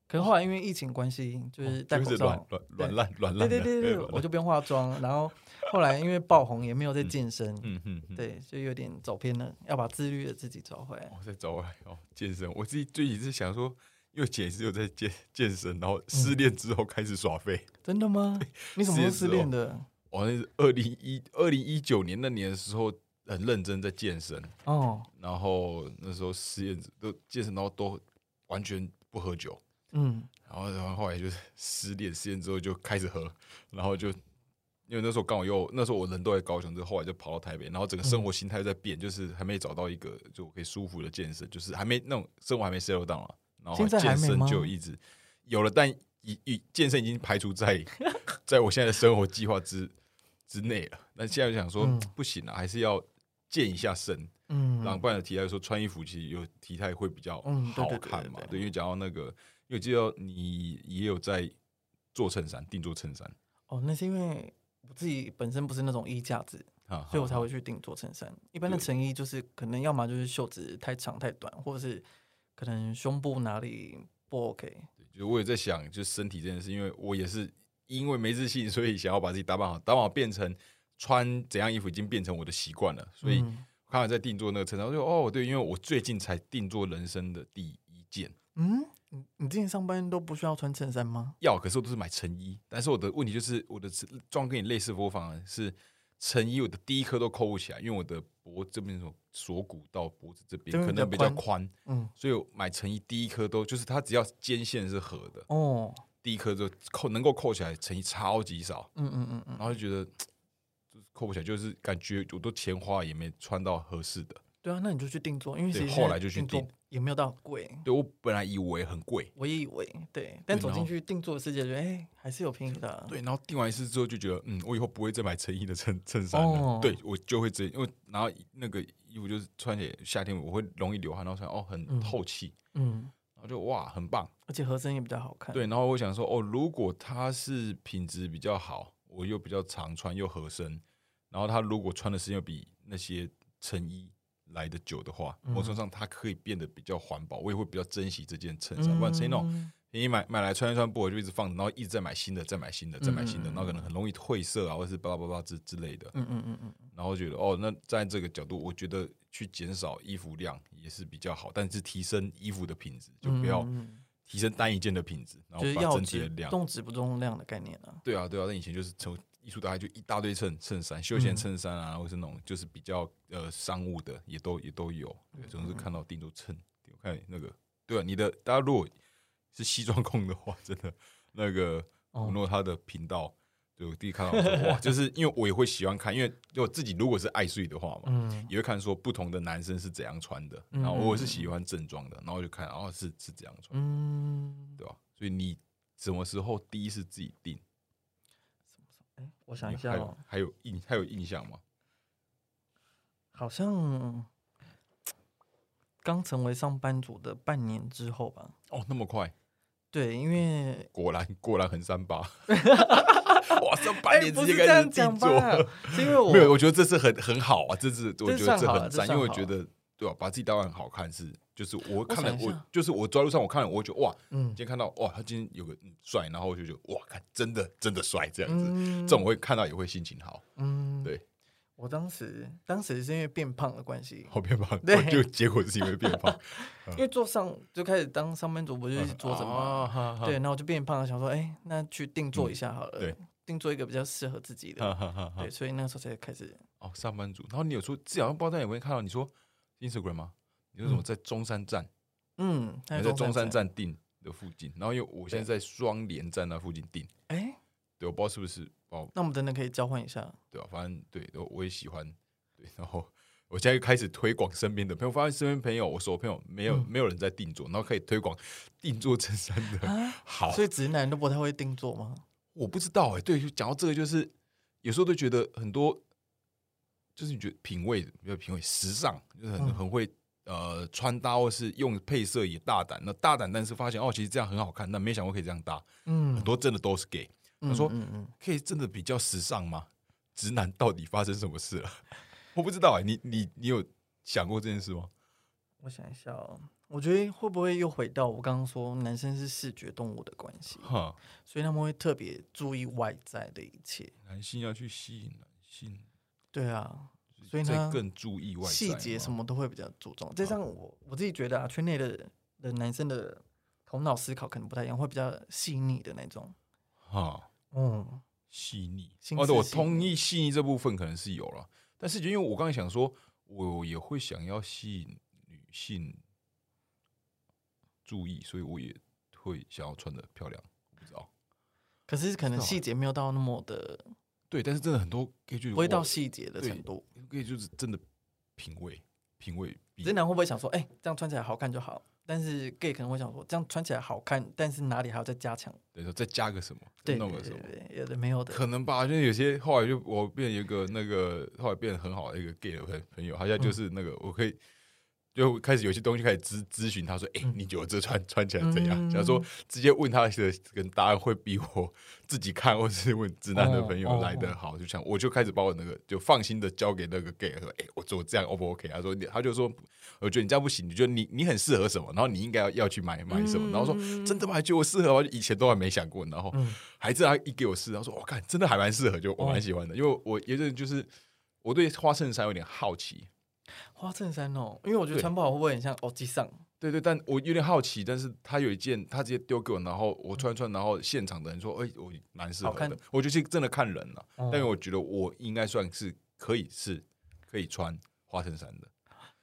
Speaker 3: 可是后来因为疫情关系，就
Speaker 2: 嗯，
Speaker 3: 是戴口
Speaker 2: 软
Speaker 3: 罩，
Speaker 2: 软软烂软烂的。
Speaker 3: 对对对对，
Speaker 2: 软烂
Speaker 3: 我就不用化妆。然后后来因为爆红，也没有在健身，
Speaker 2: 嗯嗯嗯，
Speaker 3: 对，就有点走偏了，要把自律的自己找回来。
Speaker 2: 我在找来哦，健身。我自己最近是想说，因为姐是有在健健身，然后
Speaker 3: 嗯
Speaker 2: 失恋之后开始耍废。
Speaker 3: 真的吗？你什么时候
Speaker 2: 是
Speaker 3: 失
Speaker 2: 哦
Speaker 3: 恋的？
Speaker 2: 我、那是二零一二零一九年那年的时候，很认真在健身，
Speaker 3: 哦，
Speaker 2: 然后那时候失恋都健身，然后都完全不喝酒，
Speaker 3: 嗯，
Speaker 2: 然后然后后来就是失恋，失恋之后就开始喝，然后就。因为那时候刚好又那时候我人都在高雄，之后后来就跑到台北，然后整个生
Speaker 3: 嗯
Speaker 2: 活心态在变，就是还没找到一个就我可以舒服的健身，就是还没那种生活还没 settle down 了，然后
Speaker 3: 现在还
Speaker 2: 健
Speaker 3: 没
Speaker 2: 身
Speaker 3: 吗
Speaker 2: 就一直有了，但已已健身已经排除 在在我现在的生活计划之之内了。那现在就想说、啊
Speaker 3: 嗯
Speaker 2: 不行了、还是要健一下身。
Speaker 3: 嗯，
Speaker 2: 然后不然的题材说穿衣服其实有体态会比较
Speaker 3: 嗯对
Speaker 2: 好
Speaker 3: 对对
Speaker 2: 看
Speaker 3: 对
Speaker 2: 嘛，
Speaker 3: 对
Speaker 2: 对，因为讲到那个，因为我记得你也有在做衬衫，定做衬衫，
Speaker 3: 哦，那是因为我自己本身不是那种衣架子，
Speaker 2: 哈，
Speaker 3: 所以我才
Speaker 2: 哈
Speaker 3: 会去定做衬衫。一般的
Speaker 2: 对
Speaker 3: 成衣就是可能要么就是袖子太长太短，或者是可能胸部哪里不 OK。
Speaker 2: 对就我也在想，就是身体这件事，因为我也是因为没自信，所以想要把自己打扮好，打扮好变成穿怎样衣服已经变成我的习惯了，所以
Speaker 3: 嗯
Speaker 2: 刚才在定做那个衬衫，我就哦对，因为我最近才定做人生的第一件。
Speaker 3: 嗯，你你之前上班都不需要穿衬衫吗？
Speaker 2: 要，可是我都是买成衣。但是我的问题就是，我的状况跟你类似，我反而啊是成衣，我的第一颗都扣不起来，因为我的脖这边什么锁骨到脖子这
Speaker 3: 这
Speaker 2: 边可
Speaker 3: 边比较
Speaker 2: 能比较
Speaker 3: 宽
Speaker 2: 宽，
Speaker 3: 嗯，
Speaker 2: 所以我买成衣第一颗都就是它只要肩线是合的，
Speaker 3: 哦，
Speaker 2: 第一颗就扣能够扣起来，成衣超级少，
Speaker 3: 嗯嗯嗯嗯，
Speaker 2: 然后就觉得。就是扣不起来，就是感觉我都钱花了也没穿到合适的。
Speaker 3: 对啊，那你就去定做，因为
Speaker 2: 对
Speaker 3: 其实
Speaker 2: 后
Speaker 3: 现
Speaker 2: 来
Speaker 3: 在
Speaker 2: 就去
Speaker 3: 定做
Speaker 2: 定
Speaker 3: 也没有到贵。
Speaker 2: 对我本来以为很贵，
Speaker 3: 我也以为对，但
Speaker 2: 对
Speaker 3: 走
Speaker 2: 然
Speaker 3: 进
Speaker 2: 后
Speaker 3: 去定做的世界，觉得哎，还是有便宜的啊。
Speaker 2: 对，然后订完一次之后就觉得，嗯，我以后不会再买成衣的衬衬衫了。
Speaker 3: 哦
Speaker 2: 对我就会直接，因为然后那个衣服就是穿起来夏天我会容易流汗，然后穿哦很
Speaker 3: 嗯
Speaker 2: 透气，
Speaker 3: 嗯，
Speaker 2: 然后就哇很棒。
Speaker 3: 而且合身也比较好看。
Speaker 2: 对，，然后我想说，哦，如果它是品质比较好，我又比较常穿又合身，然后它如果穿的时间又比那些衬衣来的久的话，某种
Speaker 3: 嗯
Speaker 2: 程度上它可以变得比较环保，我也会比较珍惜这件衬衫。不然衬衣那种
Speaker 3: 嗯
Speaker 2: 便宜买买来穿一穿不合就一直放着，然后一直在买新的，再买新的，再买新的，然
Speaker 3: 嗯
Speaker 2: 后可能很容易褪色啊，或者是巴拉巴拉之之类的。
Speaker 3: 嗯嗯嗯嗯，
Speaker 2: 然后觉得哦，那在这个角度，我觉得去减少衣服量也是比较好，但是提升衣服的品质，就不要
Speaker 3: 嗯嗯
Speaker 2: 提升单一件的品质，然
Speaker 3: 就
Speaker 2: 后
Speaker 3: 是
Speaker 2: 把
Speaker 3: 要
Speaker 2: 整体的
Speaker 3: 质
Speaker 2: 量。
Speaker 3: 重质不重量的概念啊。
Speaker 2: 对啊，对啊，那以前就是从艺术大概就一大堆衬衬衫、休
Speaker 3: 嗯
Speaker 2: 闲衬衫啊，或是那种就是比较呃商务的，也都也都有。对，总是看
Speaker 3: 嗯
Speaker 2: 到定做衬，我看那个对啊，你的大家如果是西装控的话，真的那个
Speaker 3: 哦
Speaker 2: 古诺他的频道，对我第一看到我说 哇，就是因为我也会喜欢看，因为我自己如果是爱睡的话嘛，
Speaker 3: 嗯，
Speaker 2: 也会看说不同的男生是怎样穿的，
Speaker 3: 嗯
Speaker 2: 然后我是
Speaker 3: 嗯
Speaker 2: 喜欢正装的，然后就看哦是是怎样穿，
Speaker 3: 嗯，
Speaker 2: 对吧、所以你什么时候第一次自己定？
Speaker 3: 哎，我想
Speaker 2: 你
Speaker 3: 一下
Speaker 2: 还
Speaker 3: 哦
Speaker 2: 有，还有印还有印象吗？
Speaker 3: 好像刚成为上班族的半年之后吧。
Speaker 2: 哦，那么快，
Speaker 3: 对，因为
Speaker 2: 果然果然很三 八，哇，这半
Speaker 3: 哎
Speaker 2: 年
Speaker 3: 不
Speaker 2: 直
Speaker 3: 是
Speaker 2: 接开始
Speaker 3: 这样
Speaker 2: 自己
Speaker 3: 讲
Speaker 2: 做，
Speaker 3: 吧，是因为 我
Speaker 2: 没有，我觉得这是很很好啊，这是我
Speaker 3: 这
Speaker 2: 觉得
Speaker 3: 算
Speaker 2: 这
Speaker 3: 好了
Speaker 2: 很
Speaker 3: 这
Speaker 2: 赞，因
Speaker 3: 算
Speaker 2: 为我
Speaker 3: 好
Speaker 2: 觉得对啊吧、把自己打扮好看是，就是我看了
Speaker 3: 想一
Speaker 2: 我
Speaker 3: 下
Speaker 2: 就是我走在路上我看了我会觉得哇，
Speaker 3: 嗯
Speaker 2: 今天看到哇他今天有个嗯帅，然后我就觉得哇看真的真的帅这样子，
Speaker 3: 嗯
Speaker 2: 这种我会看到也会心情好，
Speaker 3: 嗯，
Speaker 2: 对，
Speaker 3: 我当时当时是因为变胖的关系，
Speaker 2: 好变胖，
Speaker 3: 对
Speaker 2: 就结果是因为变胖，
Speaker 3: 因为做上就开始当上班族，不
Speaker 2: 嗯
Speaker 3: 就是做什么？
Speaker 2: 么
Speaker 3: 对，，然后我就变胖，想说，哎，那去定做一下好了，
Speaker 2: 嗯对，
Speaker 3: 定做一个比较适合自己的，
Speaker 2: 哈哈哈哈
Speaker 3: 对，所以那时候才开始，
Speaker 2: 哦，上班族。然后你有说，之前好像不知道在有没有看到你说 Instagram 吗？你说什么在中山站？
Speaker 3: 嗯，
Speaker 2: 你在
Speaker 3: 是
Speaker 2: 中山
Speaker 3: 站，
Speaker 2: 站定的附近，然后因为我现在在双连站那附近定，
Speaker 3: 哎，
Speaker 2: 对，我不知道是不是哦，
Speaker 3: 那我们等等可以交换一下，
Speaker 2: 对吧、反正对，我我也喜欢，对，然后。我现在开始推广身边的朋友，发现身边朋友，我所有朋友没
Speaker 3: 嗯
Speaker 2: 有、没有人在定做，然后可以推广定做衬衫的
Speaker 3: 啊。
Speaker 2: 好，
Speaker 3: 所以直男都不太会定做吗？
Speaker 2: 我不知道哎、对，就讲到这个，就是有时候都觉得很多，就是你觉得品味没有品味，时尚就是很、
Speaker 3: 嗯
Speaker 2: 很会呃穿搭或是用配色也大胆。那大胆，但是发现哦，其实这样很好看，但没想过可以这样搭。
Speaker 3: 嗯
Speaker 2: 很，多真的都是 gay，
Speaker 3: 他
Speaker 2: 说
Speaker 3: 嗯嗯
Speaker 2: 可以真的比较时尚吗？直男到底发生什么事了？ 我不知道哎、你你你有想过这件事吗？
Speaker 3: 我想一下哦，我觉得会不会又回到我刚刚说男生是视觉动物的关系，
Speaker 2: 哈，
Speaker 3: 所以他们会特别注意外在的一切。
Speaker 2: 男性要去吸引男性，
Speaker 3: 对啊，所以
Speaker 2: 再
Speaker 3: 呢，
Speaker 2: 更注意外在
Speaker 3: 细节
Speaker 2: 吗
Speaker 3: 什么都会比较注重。再加上我我自己觉得啊，圈内的的男生的头脑思考可能不太一样，会比较细腻的那种。
Speaker 2: 哈。哦
Speaker 3: 嗯，
Speaker 2: 细腻
Speaker 3: 心。嗯
Speaker 2: 哦，
Speaker 3: 思
Speaker 2: 对，我
Speaker 3: 细
Speaker 2: 同
Speaker 3: 腻
Speaker 2: 意细腻这部分可能是有了，但是因为我刚才想说，我也会想要吸引女性注意，所以我也会想要穿的漂亮。我不知道，
Speaker 3: 可是可能
Speaker 2: 是哦
Speaker 3: 细节没有到那么的，
Speaker 2: 对，但是真的很多 gay 就
Speaker 3: 不会到细节的
Speaker 2: 对
Speaker 3: 程度。
Speaker 2: gay 就是真的品味，品味比
Speaker 3: 直男会不会想说，哎、这样穿起来好看就好？但是 gay 可能会想说，这样穿起来好看，但是哪里还要再加强？
Speaker 2: 等于说再加个什么，再
Speaker 3: 对
Speaker 2: 弄
Speaker 3: 对
Speaker 2: 个
Speaker 3: 对
Speaker 2: 什么，
Speaker 3: 对，有的没有的，
Speaker 2: 可能吧，就是有些后来就我变一个那个，后来变得很好的一个 gay 的朋朋友，他现
Speaker 3: 嗯
Speaker 2: 在就是那个、我可以就开始有些东西开始咨咨询，他说：“哎、你觉得这穿穿起来怎样？”
Speaker 3: 嗯
Speaker 2: 假如说直接问他的跟答案会比我自己看或是问直男的朋友
Speaker 3: 哦
Speaker 2: 来的好，就想我就开始把我那个就放心的交给那个 gay 说：“哎、我做这样 O 不 OK？” 他说你：“他就说我觉得你这样不行，你觉得你你很适合什么，然后你应该要要去买买什么。”然后说：“真的吗？觉得我适合吗？以前都还没想过。”然后
Speaker 3: 嗯
Speaker 2: 还真的他一给我试，他说：“我、看真的还蛮适合，就我
Speaker 3: 哦
Speaker 2: 蛮喜欢的。因为我有点就是我对花衬衫有点好奇，
Speaker 3: 花衬衫哦，因为我觉得
Speaker 2: 对
Speaker 3: 穿不好会不会很像欧吉桑？
Speaker 2: 对对，但我有点好奇，但是他有一件，他直接丢给我，然后我穿一穿，然后现场的人说，哎、我蛮适
Speaker 3: 好
Speaker 2: 合
Speaker 3: 看
Speaker 2: 的，我就是真的看人了、
Speaker 3: 哦
Speaker 2: 但我觉得我应该算是可以是可以穿花衬衫的，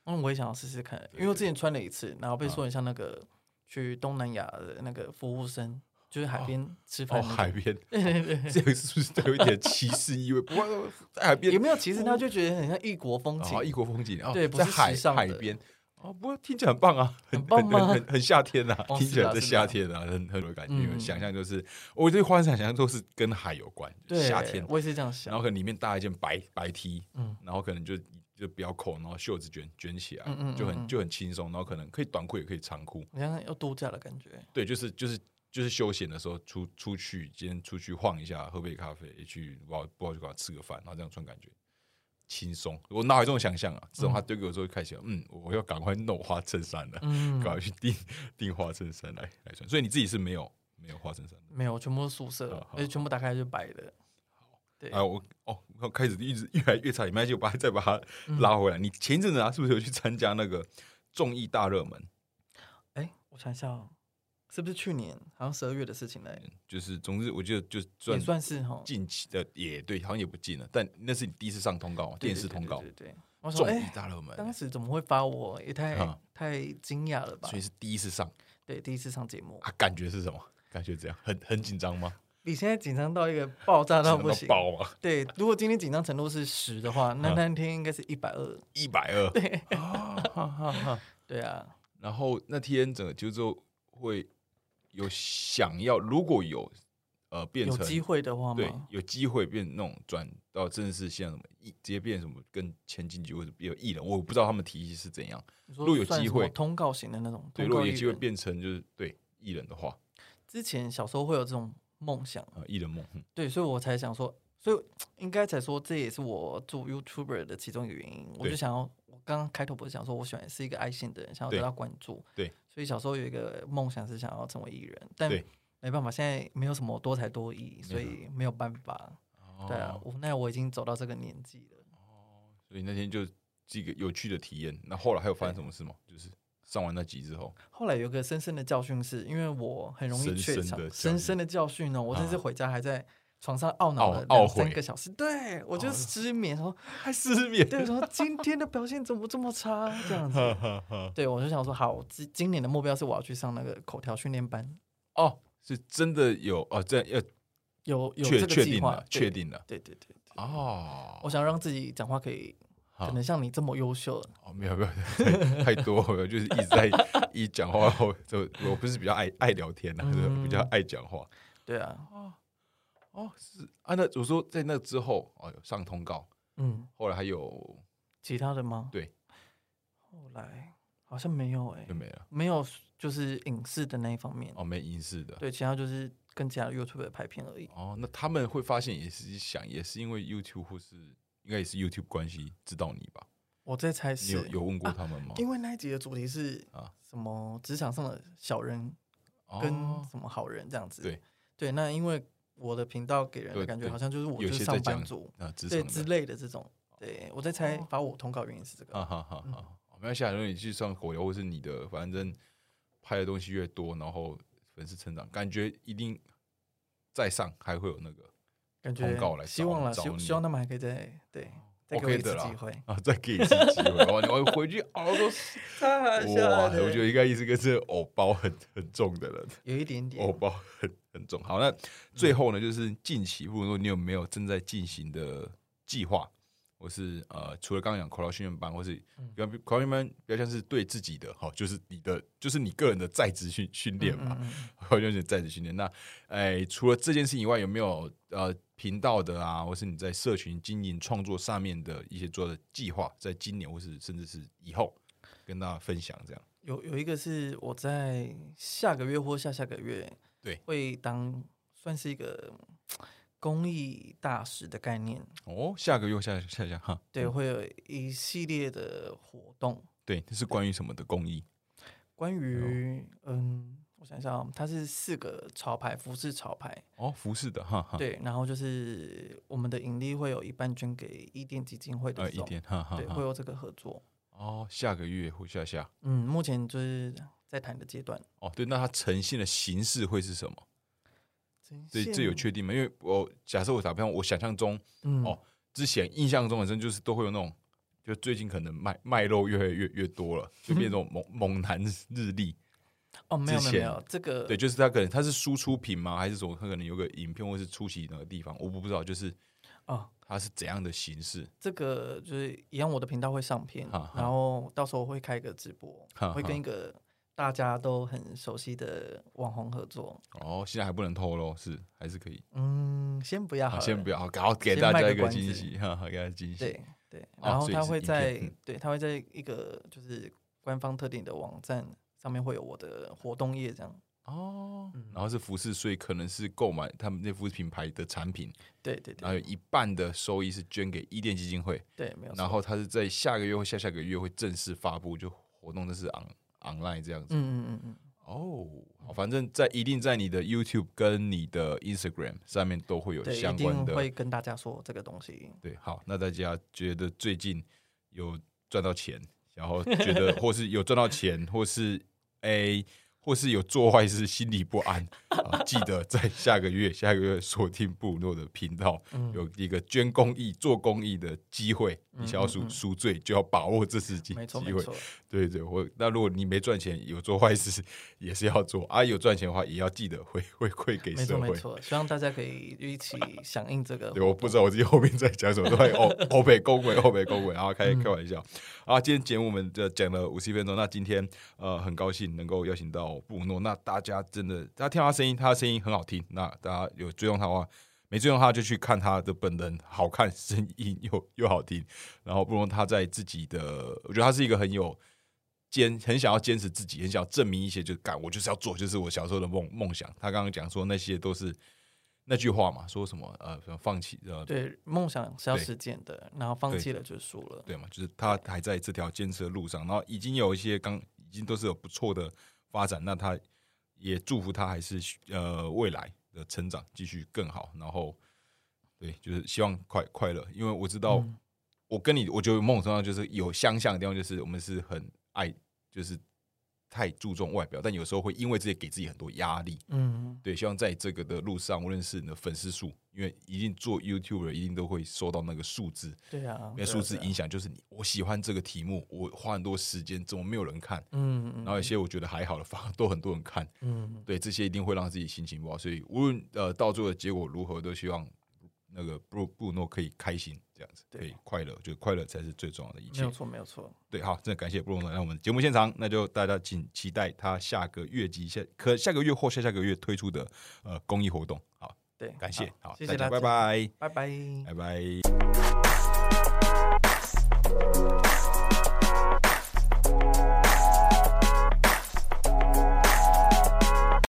Speaker 3: 嗯，我也想要试试看，因为我之前穿了一次，然后被说很像那个去东南亚的那个服务生，就是海边吃
Speaker 2: 哦，
Speaker 3: 饭那
Speaker 2: 海
Speaker 3: 种。
Speaker 2: 边，
Speaker 3: 对对对
Speaker 2: 这个是不是带有一点歧视意味？不过在海边
Speaker 3: 有没有？其实他就觉得很像异国风情
Speaker 2: 啊，，异国风景啊，
Speaker 3: 对不
Speaker 2: 在
Speaker 3: 是
Speaker 2: 海
Speaker 3: 时尚的
Speaker 2: 海边。哦，不过听起来很棒啊，很
Speaker 3: 很棒吗
Speaker 2: 很很很夏天啊，
Speaker 3: 哦
Speaker 2: 听起来
Speaker 3: 是
Speaker 2: 在
Speaker 3: 啊
Speaker 2: 夏天啊，很很有感觉。
Speaker 3: 嗯
Speaker 2: 想象就是，我对花伞想象都是跟海有关，
Speaker 3: 对，
Speaker 2: 夏天
Speaker 3: 我也是这样想
Speaker 2: 然后。可能里面搭一件白白 T，
Speaker 3: 嗯
Speaker 2: 然后可能就就比较扣，然后袖子卷卷起来，
Speaker 3: 嗯嗯嗯
Speaker 2: 就很
Speaker 3: 嗯
Speaker 2: 就很轻松，然后可能可以短裤也可以长裤，
Speaker 3: 你像要度假的感觉，
Speaker 2: 对，就是就是就是休闲的时候出出去，今天出去晃一下，喝杯咖啡，去不好不好去搞吃个饭，然后这样穿感觉轻松。我哪有这种想象啊？自从他丢给我之后，开始嗯，我要赶快弄花衬衫了，
Speaker 3: 嗯
Speaker 2: 赶，快去订订花衬衫来来穿。所以你自己是没有没有花衬衫的。
Speaker 3: 没有，全部都宿舍
Speaker 2: 好，好
Speaker 3: 而且全部打开就白的。对
Speaker 2: 啊，我哦，我开始一直越来越差，没关系，我把它再把它
Speaker 3: 嗯
Speaker 2: 拉回来。你前一阵子啊，是不是有去参加那个综艺大热门？
Speaker 3: 哎，我想一下哦，是不是去年好像十二月的事情嘞？
Speaker 2: 就是，总之，我觉得就
Speaker 3: 也
Speaker 2: 算
Speaker 3: 算是哈，
Speaker 2: 近期的也对，好像也不近了，但那是你第一次上通告嘛，
Speaker 3: 对
Speaker 2: 电视通告
Speaker 3: 对，对对，对我想
Speaker 2: 综
Speaker 3: 说
Speaker 2: 艺
Speaker 3: 哎，
Speaker 2: 大热门，
Speaker 3: 当时怎么会发我？也太
Speaker 2: 啊
Speaker 3: 太惊讶了吧
Speaker 2: 所？以是第一次上
Speaker 3: 对，第一次上节目，
Speaker 2: 啊，感觉是什么？感觉怎样？很很紧张吗？
Speaker 3: 比现在紧张到一个爆炸
Speaker 2: 紧张
Speaker 3: 到啊不行。
Speaker 2: 爆吗？
Speaker 3: 对，如果今天紧张程度是十的话，那
Speaker 2: 啊
Speaker 3: 那天应该是一百二。
Speaker 2: 一百二，
Speaker 3: 对
Speaker 2: 啊哈哈哈
Speaker 3: 对啊，
Speaker 2: 然后那天整个就之后会有想要，如果有呃变
Speaker 3: 有
Speaker 2: 成
Speaker 3: 机会的话
Speaker 2: 对
Speaker 3: 吗，？
Speaker 2: 有机会变那种转到真的是像什么艺，直接变什么跟前经济或者有艺人，我不知道他们体系是怎样。
Speaker 3: 你
Speaker 2: 如果
Speaker 3: 说
Speaker 2: 有
Speaker 3: 算
Speaker 2: 机
Speaker 3: 什么
Speaker 2: 会
Speaker 3: 通告型的那种，
Speaker 2: 对，
Speaker 3: 通
Speaker 2: 如
Speaker 3: 告
Speaker 2: 果有
Speaker 3: 艺
Speaker 2: 机会
Speaker 3: 人。
Speaker 2: 变成就是对艺人的话，
Speaker 3: 之前小时候会有这种梦想，
Speaker 2: 啊、艺人梦，嗯
Speaker 3: 对，所以我才想说，所以应该才说这也是我做 YouTuber 的其中一个原因。我
Speaker 2: 对
Speaker 3: 就想要，我刚刚开头不是讲说我喜欢是一个爱心的人，想要
Speaker 2: 对
Speaker 3: 得到关注，
Speaker 2: 对，
Speaker 3: 所以小时候有一个梦想是想要成为艺人，但
Speaker 2: 对
Speaker 3: 没办法，现在没有什么多才多艺，所
Speaker 2: 没有
Speaker 3: 以没有办法。对啊，
Speaker 2: 哦
Speaker 3: 无奈我已经走到这个年纪了。
Speaker 2: 所以那天就这个有趣的体验。那后来还有发生什么事吗？就是上完那集之后，
Speaker 3: 后来有个深深的教训是，因为我很容易
Speaker 2: 深
Speaker 3: 怯
Speaker 2: 深
Speaker 3: 场
Speaker 2: 的，教
Speaker 3: 深
Speaker 2: 训
Speaker 3: 深的教训呢，我真是
Speaker 2: 啊
Speaker 3: 回家还在床上懊恼
Speaker 2: 懊
Speaker 3: 了
Speaker 2: 懊
Speaker 3: 两三
Speaker 2: 悔
Speaker 3: 个小时，对我
Speaker 2: 哦
Speaker 3: 就失眠，然后
Speaker 2: 还失 眠
Speaker 3: 对，说今天的表现怎么这么差？这样子，
Speaker 2: 哈。
Speaker 3: 对我就想说，好，今今年的目标是我要去上那个口条训练班，
Speaker 2: 哦，是真的有哦，这要
Speaker 3: 有有
Speaker 2: 确
Speaker 3: 这
Speaker 2: 确
Speaker 3: 个计
Speaker 2: 定
Speaker 3: 划
Speaker 2: 了，，确
Speaker 3: 定，
Speaker 2: 定了
Speaker 3: 对对对对，
Speaker 2: 哦。
Speaker 3: 我想让自己讲话可以，
Speaker 2: 好
Speaker 3: 可能像你这么优秀了，
Speaker 2: 哦，没有没有，太太多了，就是一直在一讲话，我就我不是比较爱爱聊天啊，就是比较
Speaker 3: 嗯
Speaker 2: 爱讲话。
Speaker 3: 对啊，
Speaker 2: 哦，是啊，那我说在那之后，哦，有上通告，
Speaker 3: 嗯，
Speaker 2: 后来还有
Speaker 3: 其他的吗？
Speaker 2: 对，
Speaker 3: 后来好像没有哎
Speaker 2: 就，没了，
Speaker 3: 没有就是影视的那一方面，
Speaker 2: 哦，没影视的。
Speaker 3: 对，其他就是跟其他的 YouTube 拍片而已，
Speaker 2: 哦，那他们会发现也是想，也是因为 YouTube 或是应该也是 YouTube 关系知道你吧？
Speaker 3: 我在猜
Speaker 2: 你有
Speaker 3: 是，啊
Speaker 2: 有问过他们吗？
Speaker 3: 因为那一集的主题是
Speaker 2: 啊
Speaker 3: 什么职场上的小人
Speaker 2: 哦
Speaker 3: 跟什么好人这样子。
Speaker 2: 对
Speaker 3: 对，那因为我的频道给人
Speaker 2: 对
Speaker 3: 的感觉
Speaker 2: 对
Speaker 3: 好像就是我
Speaker 2: 有
Speaker 3: 就
Speaker 2: 些
Speaker 3: 是
Speaker 2: 在
Speaker 3: 上
Speaker 2: 讲
Speaker 3: 班族，
Speaker 2: 啊职
Speaker 3: 对
Speaker 2: 场
Speaker 3: 之
Speaker 2: 的
Speaker 3: 类的这种。对，我在猜把我通告原因是这个。
Speaker 2: 啊哈哈哈，哦没关系啊，如果你去上火流或是你的，反正拍的东西越多，然后粉丝成长，感觉一定再上还会有那个
Speaker 3: 感觉
Speaker 2: 通告来
Speaker 3: 希
Speaker 2: 找
Speaker 3: 望了，
Speaker 2: 找
Speaker 3: 希
Speaker 2: 你
Speaker 3: 希望他们还可以再对再给我
Speaker 2: OK
Speaker 3: 一
Speaker 2: 的
Speaker 3: 次
Speaker 2: 啦
Speaker 3: 机会。
Speaker 2: 啊，再给一次机 会，哇，你我回去熬都是哇，我觉得应该一直跟这个偶包很很重的人，
Speaker 3: 有 一点
Speaker 2: 偶
Speaker 3: 点。
Speaker 2: 包哦很很重。好，那最后呢，就是近期，或者说你有没有正在进行的计划，或是呃，除了刚刚讲口头训练班，或是口头训练班比较像是对自己的，好，就是你的，就是你个人的在职训训练
Speaker 3: 嗯
Speaker 2: 嘛， 口头训练在职训练。那哎，除了这件事情以外，有没有呃频道的啊，或是你在社群经营创作上面的一些做的计划，在今年或是甚至是以后跟大家分享这样？
Speaker 3: 有有一个是我在下个月或下下个月，
Speaker 2: 对
Speaker 3: 会当算是一个公益大使的概念，
Speaker 2: 哦，下个月下下下哈，
Speaker 3: 对，会有一系列的活动，
Speaker 2: 对，这是关于什么的公益？
Speaker 3: 关于嗯，我想想，它是四个潮牌服饰潮牌，
Speaker 2: 哦，服饰的哈哈，，
Speaker 3: 对，然后就是我们的盈利会有一半捐给伊甸基金会的
Speaker 2: 呃，一
Speaker 3: 手，
Speaker 2: 天哈哈
Speaker 3: 对，
Speaker 2: 哈
Speaker 3: 会有这个合作，
Speaker 2: 哦，下个月或下下。
Speaker 3: 嗯，目前就是在谈的阶段，
Speaker 2: 哦，对，那它呈现的形式会是什么？
Speaker 3: 真
Speaker 2: 这这有
Speaker 3: 羡
Speaker 2: 确定吗？因为我假设我打比方，我想象中
Speaker 3: 慕嗯
Speaker 2: 哦之前印象中好像就是都会有那种，就最近可能卖卖肉越来越越多了，就变成那种猛猛男日历。
Speaker 3: 哦，没有
Speaker 2: 之
Speaker 3: 没有没
Speaker 2: 前
Speaker 3: 有，这个
Speaker 2: 对，就是它可能它是输出品吗？还是什么？它可能有个影片或是出席哪个地方，我不知道，就是
Speaker 3: 哦。
Speaker 2: 它是怎样的形式。
Speaker 3: 这个就是一样，我的频道会上片，
Speaker 2: 哈哈
Speaker 3: 然后到时候我会开一个直播，
Speaker 2: 哈哈
Speaker 3: 会跟一个大家都很熟悉的网红合作。
Speaker 2: 哦，现在还不能透露，是还是可以。
Speaker 3: 嗯，先不要好
Speaker 2: 好，
Speaker 3: 了，
Speaker 2: 啊先不要，好，给
Speaker 3: 呃先
Speaker 2: 大
Speaker 3: 卖
Speaker 2: 家
Speaker 3: 个
Speaker 2: 一个
Speaker 3: 关
Speaker 2: 惊
Speaker 3: 子
Speaker 2: 喜，哈哈，给大家惊喜。
Speaker 3: 对对，
Speaker 2: 哦
Speaker 3: 然后
Speaker 2: 所以
Speaker 3: 他
Speaker 2: 是
Speaker 3: 会
Speaker 2: 影片
Speaker 3: 在、
Speaker 2: 嗯
Speaker 3: 对，他会在一个就是官方特定的网站上面会有我的活动页这样。
Speaker 2: 哦，
Speaker 3: 嗯
Speaker 2: 然后是服饰，所以可能是购买他们那服饰品牌的产品，
Speaker 3: 对对
Speaker 2: 然
Speaker 3: 对
Speaker 2: 后有一半的收益是捐给伊甸基金会，
Speaker 3: 对，没有错。
Speaker 2: 然后它是在下个月或下下个月会正式发布，就活动就是 on online 这样子。
Speaker 3: 嗯嗯嗯嗯，
Speaker 2: 哦，好，反正在一定在你的 YouTube 跟你的 Instagram 上面都会有
Speaker 3: 对，一
Speaker 2: 相关
Speaker 3: 定
Speaker 2: 的。
Speaker 3: 会跟大家说这个东西。
Speaker 2: 对，好，那大家觉得最近有赚到钱，然后觉得或是有赚到钱，或是诶，或是有做坏事，心里不安啊，记得在下个月下个月锁定部落的频道，
Speaker 3: 嗯
Speaker 2: 有一个捐公益、做公益的机会。你想要赎赎罪，就要把握这次机
Speaker 3: 嗯没
Speaker 2: 机
Speaker 3: 错没
Speaker 2: 会
Speaker 3: 错。，
Speaker 2: 对对，我那如果你没赚钱，有做坏事 也是要做啊，有赚钱的话也要记得回回馈给
Speaker 3: 没
Speaker 2: 社
Speaker 3: 错
Speaker 2: 会
Speaker 3: 没。错，希望大家可以一起响应这个。
Speaker 2: 对，我不知道我自己后面在讲什么，都在哦，欧北恭维，欧北恭维，然后开开玩笑。啊，今天节目我们就讲了五十一分钟，那今天呃很高兴能够邀请到布诺，那大家真的，大家听他声音，他的声音很好听，那大家有追踪他的话。没追踪他就去看他的本人，好看，声音又又好听。然后布诺他在自己的，我觉得他是一个很有坚很想要坚持自己，很想要证明一些，就是干我就是要做，就是我小时候的梦梦想。他刚刚讲说那些都是那句话嘛，说什么呃什么放弃呃
Speaker 3: 对，梦想是要
Speaker 2: 对
Speaker 3: 实践的，然后放
Speaker 2: 对
Speaker 3: 弃了就输了。
Speaker 2: 对嘛，就是他还在这条坚持的路上，然后已经有一些刚已经都是有不错的发展，那他也祝福他还是呃未来的成长继续更好，然后对，就是希望快快乐，因为我知道、
Speaker 3: 嗯
Speaker 2: 我跟你，我觉得某种程度上就是有相像的地方，就是我们是很爱，就是太注重外表，但有时候会因为这些给自己很多压力，
Speaker 3: 嗯，
Speaker 2: 对，希望在这个的路上，无论是你的粉丝数，因为一定做 YouTuber 一定都会收到那个数字，
Speaker 3: 对啊，
Speaker 2: 因为
Speaker 3: 对啊
Speaker 2: 数字
Speaker 3: 对啊
Speaker 2: 影响就是你，我喜欢这个题目，我花很多时间，怎么没有人看？
Speaker 3: 嗯
Speaker 2: 然
Speaker 3: 嗯
Speaker 2: 后有些我觉得还好的，反而都很多人看，
Speaker 3: 嗯，
Speaker 2: 对，这些一定会让自己心情不好。所以无论呃到最后的结果如何，都希望那个布布诺可以开心，这样子可
Speaker 3: 对
Speaker 2: 以快乐，就快乐才是最重要的一
Speaker 3: 没有
Speaker 2: 切。
Speaker 3: 错，没有错。
Speaker 2: 对，好，真的感谢布鲁诺来我们节目现场，那就大家请期待他下个月及下可下个月或下下个月推出的呃公益活动。好，
Speaker 3: 对，
Speaker 2: 感谢，好，
Speaker 3: 谢谢
Speaker 2: 大家，拜
Speaker 3: 大
Speaker 2: 拜，
Speaker 3: 拜拜。
Speaker 2: 拜拜。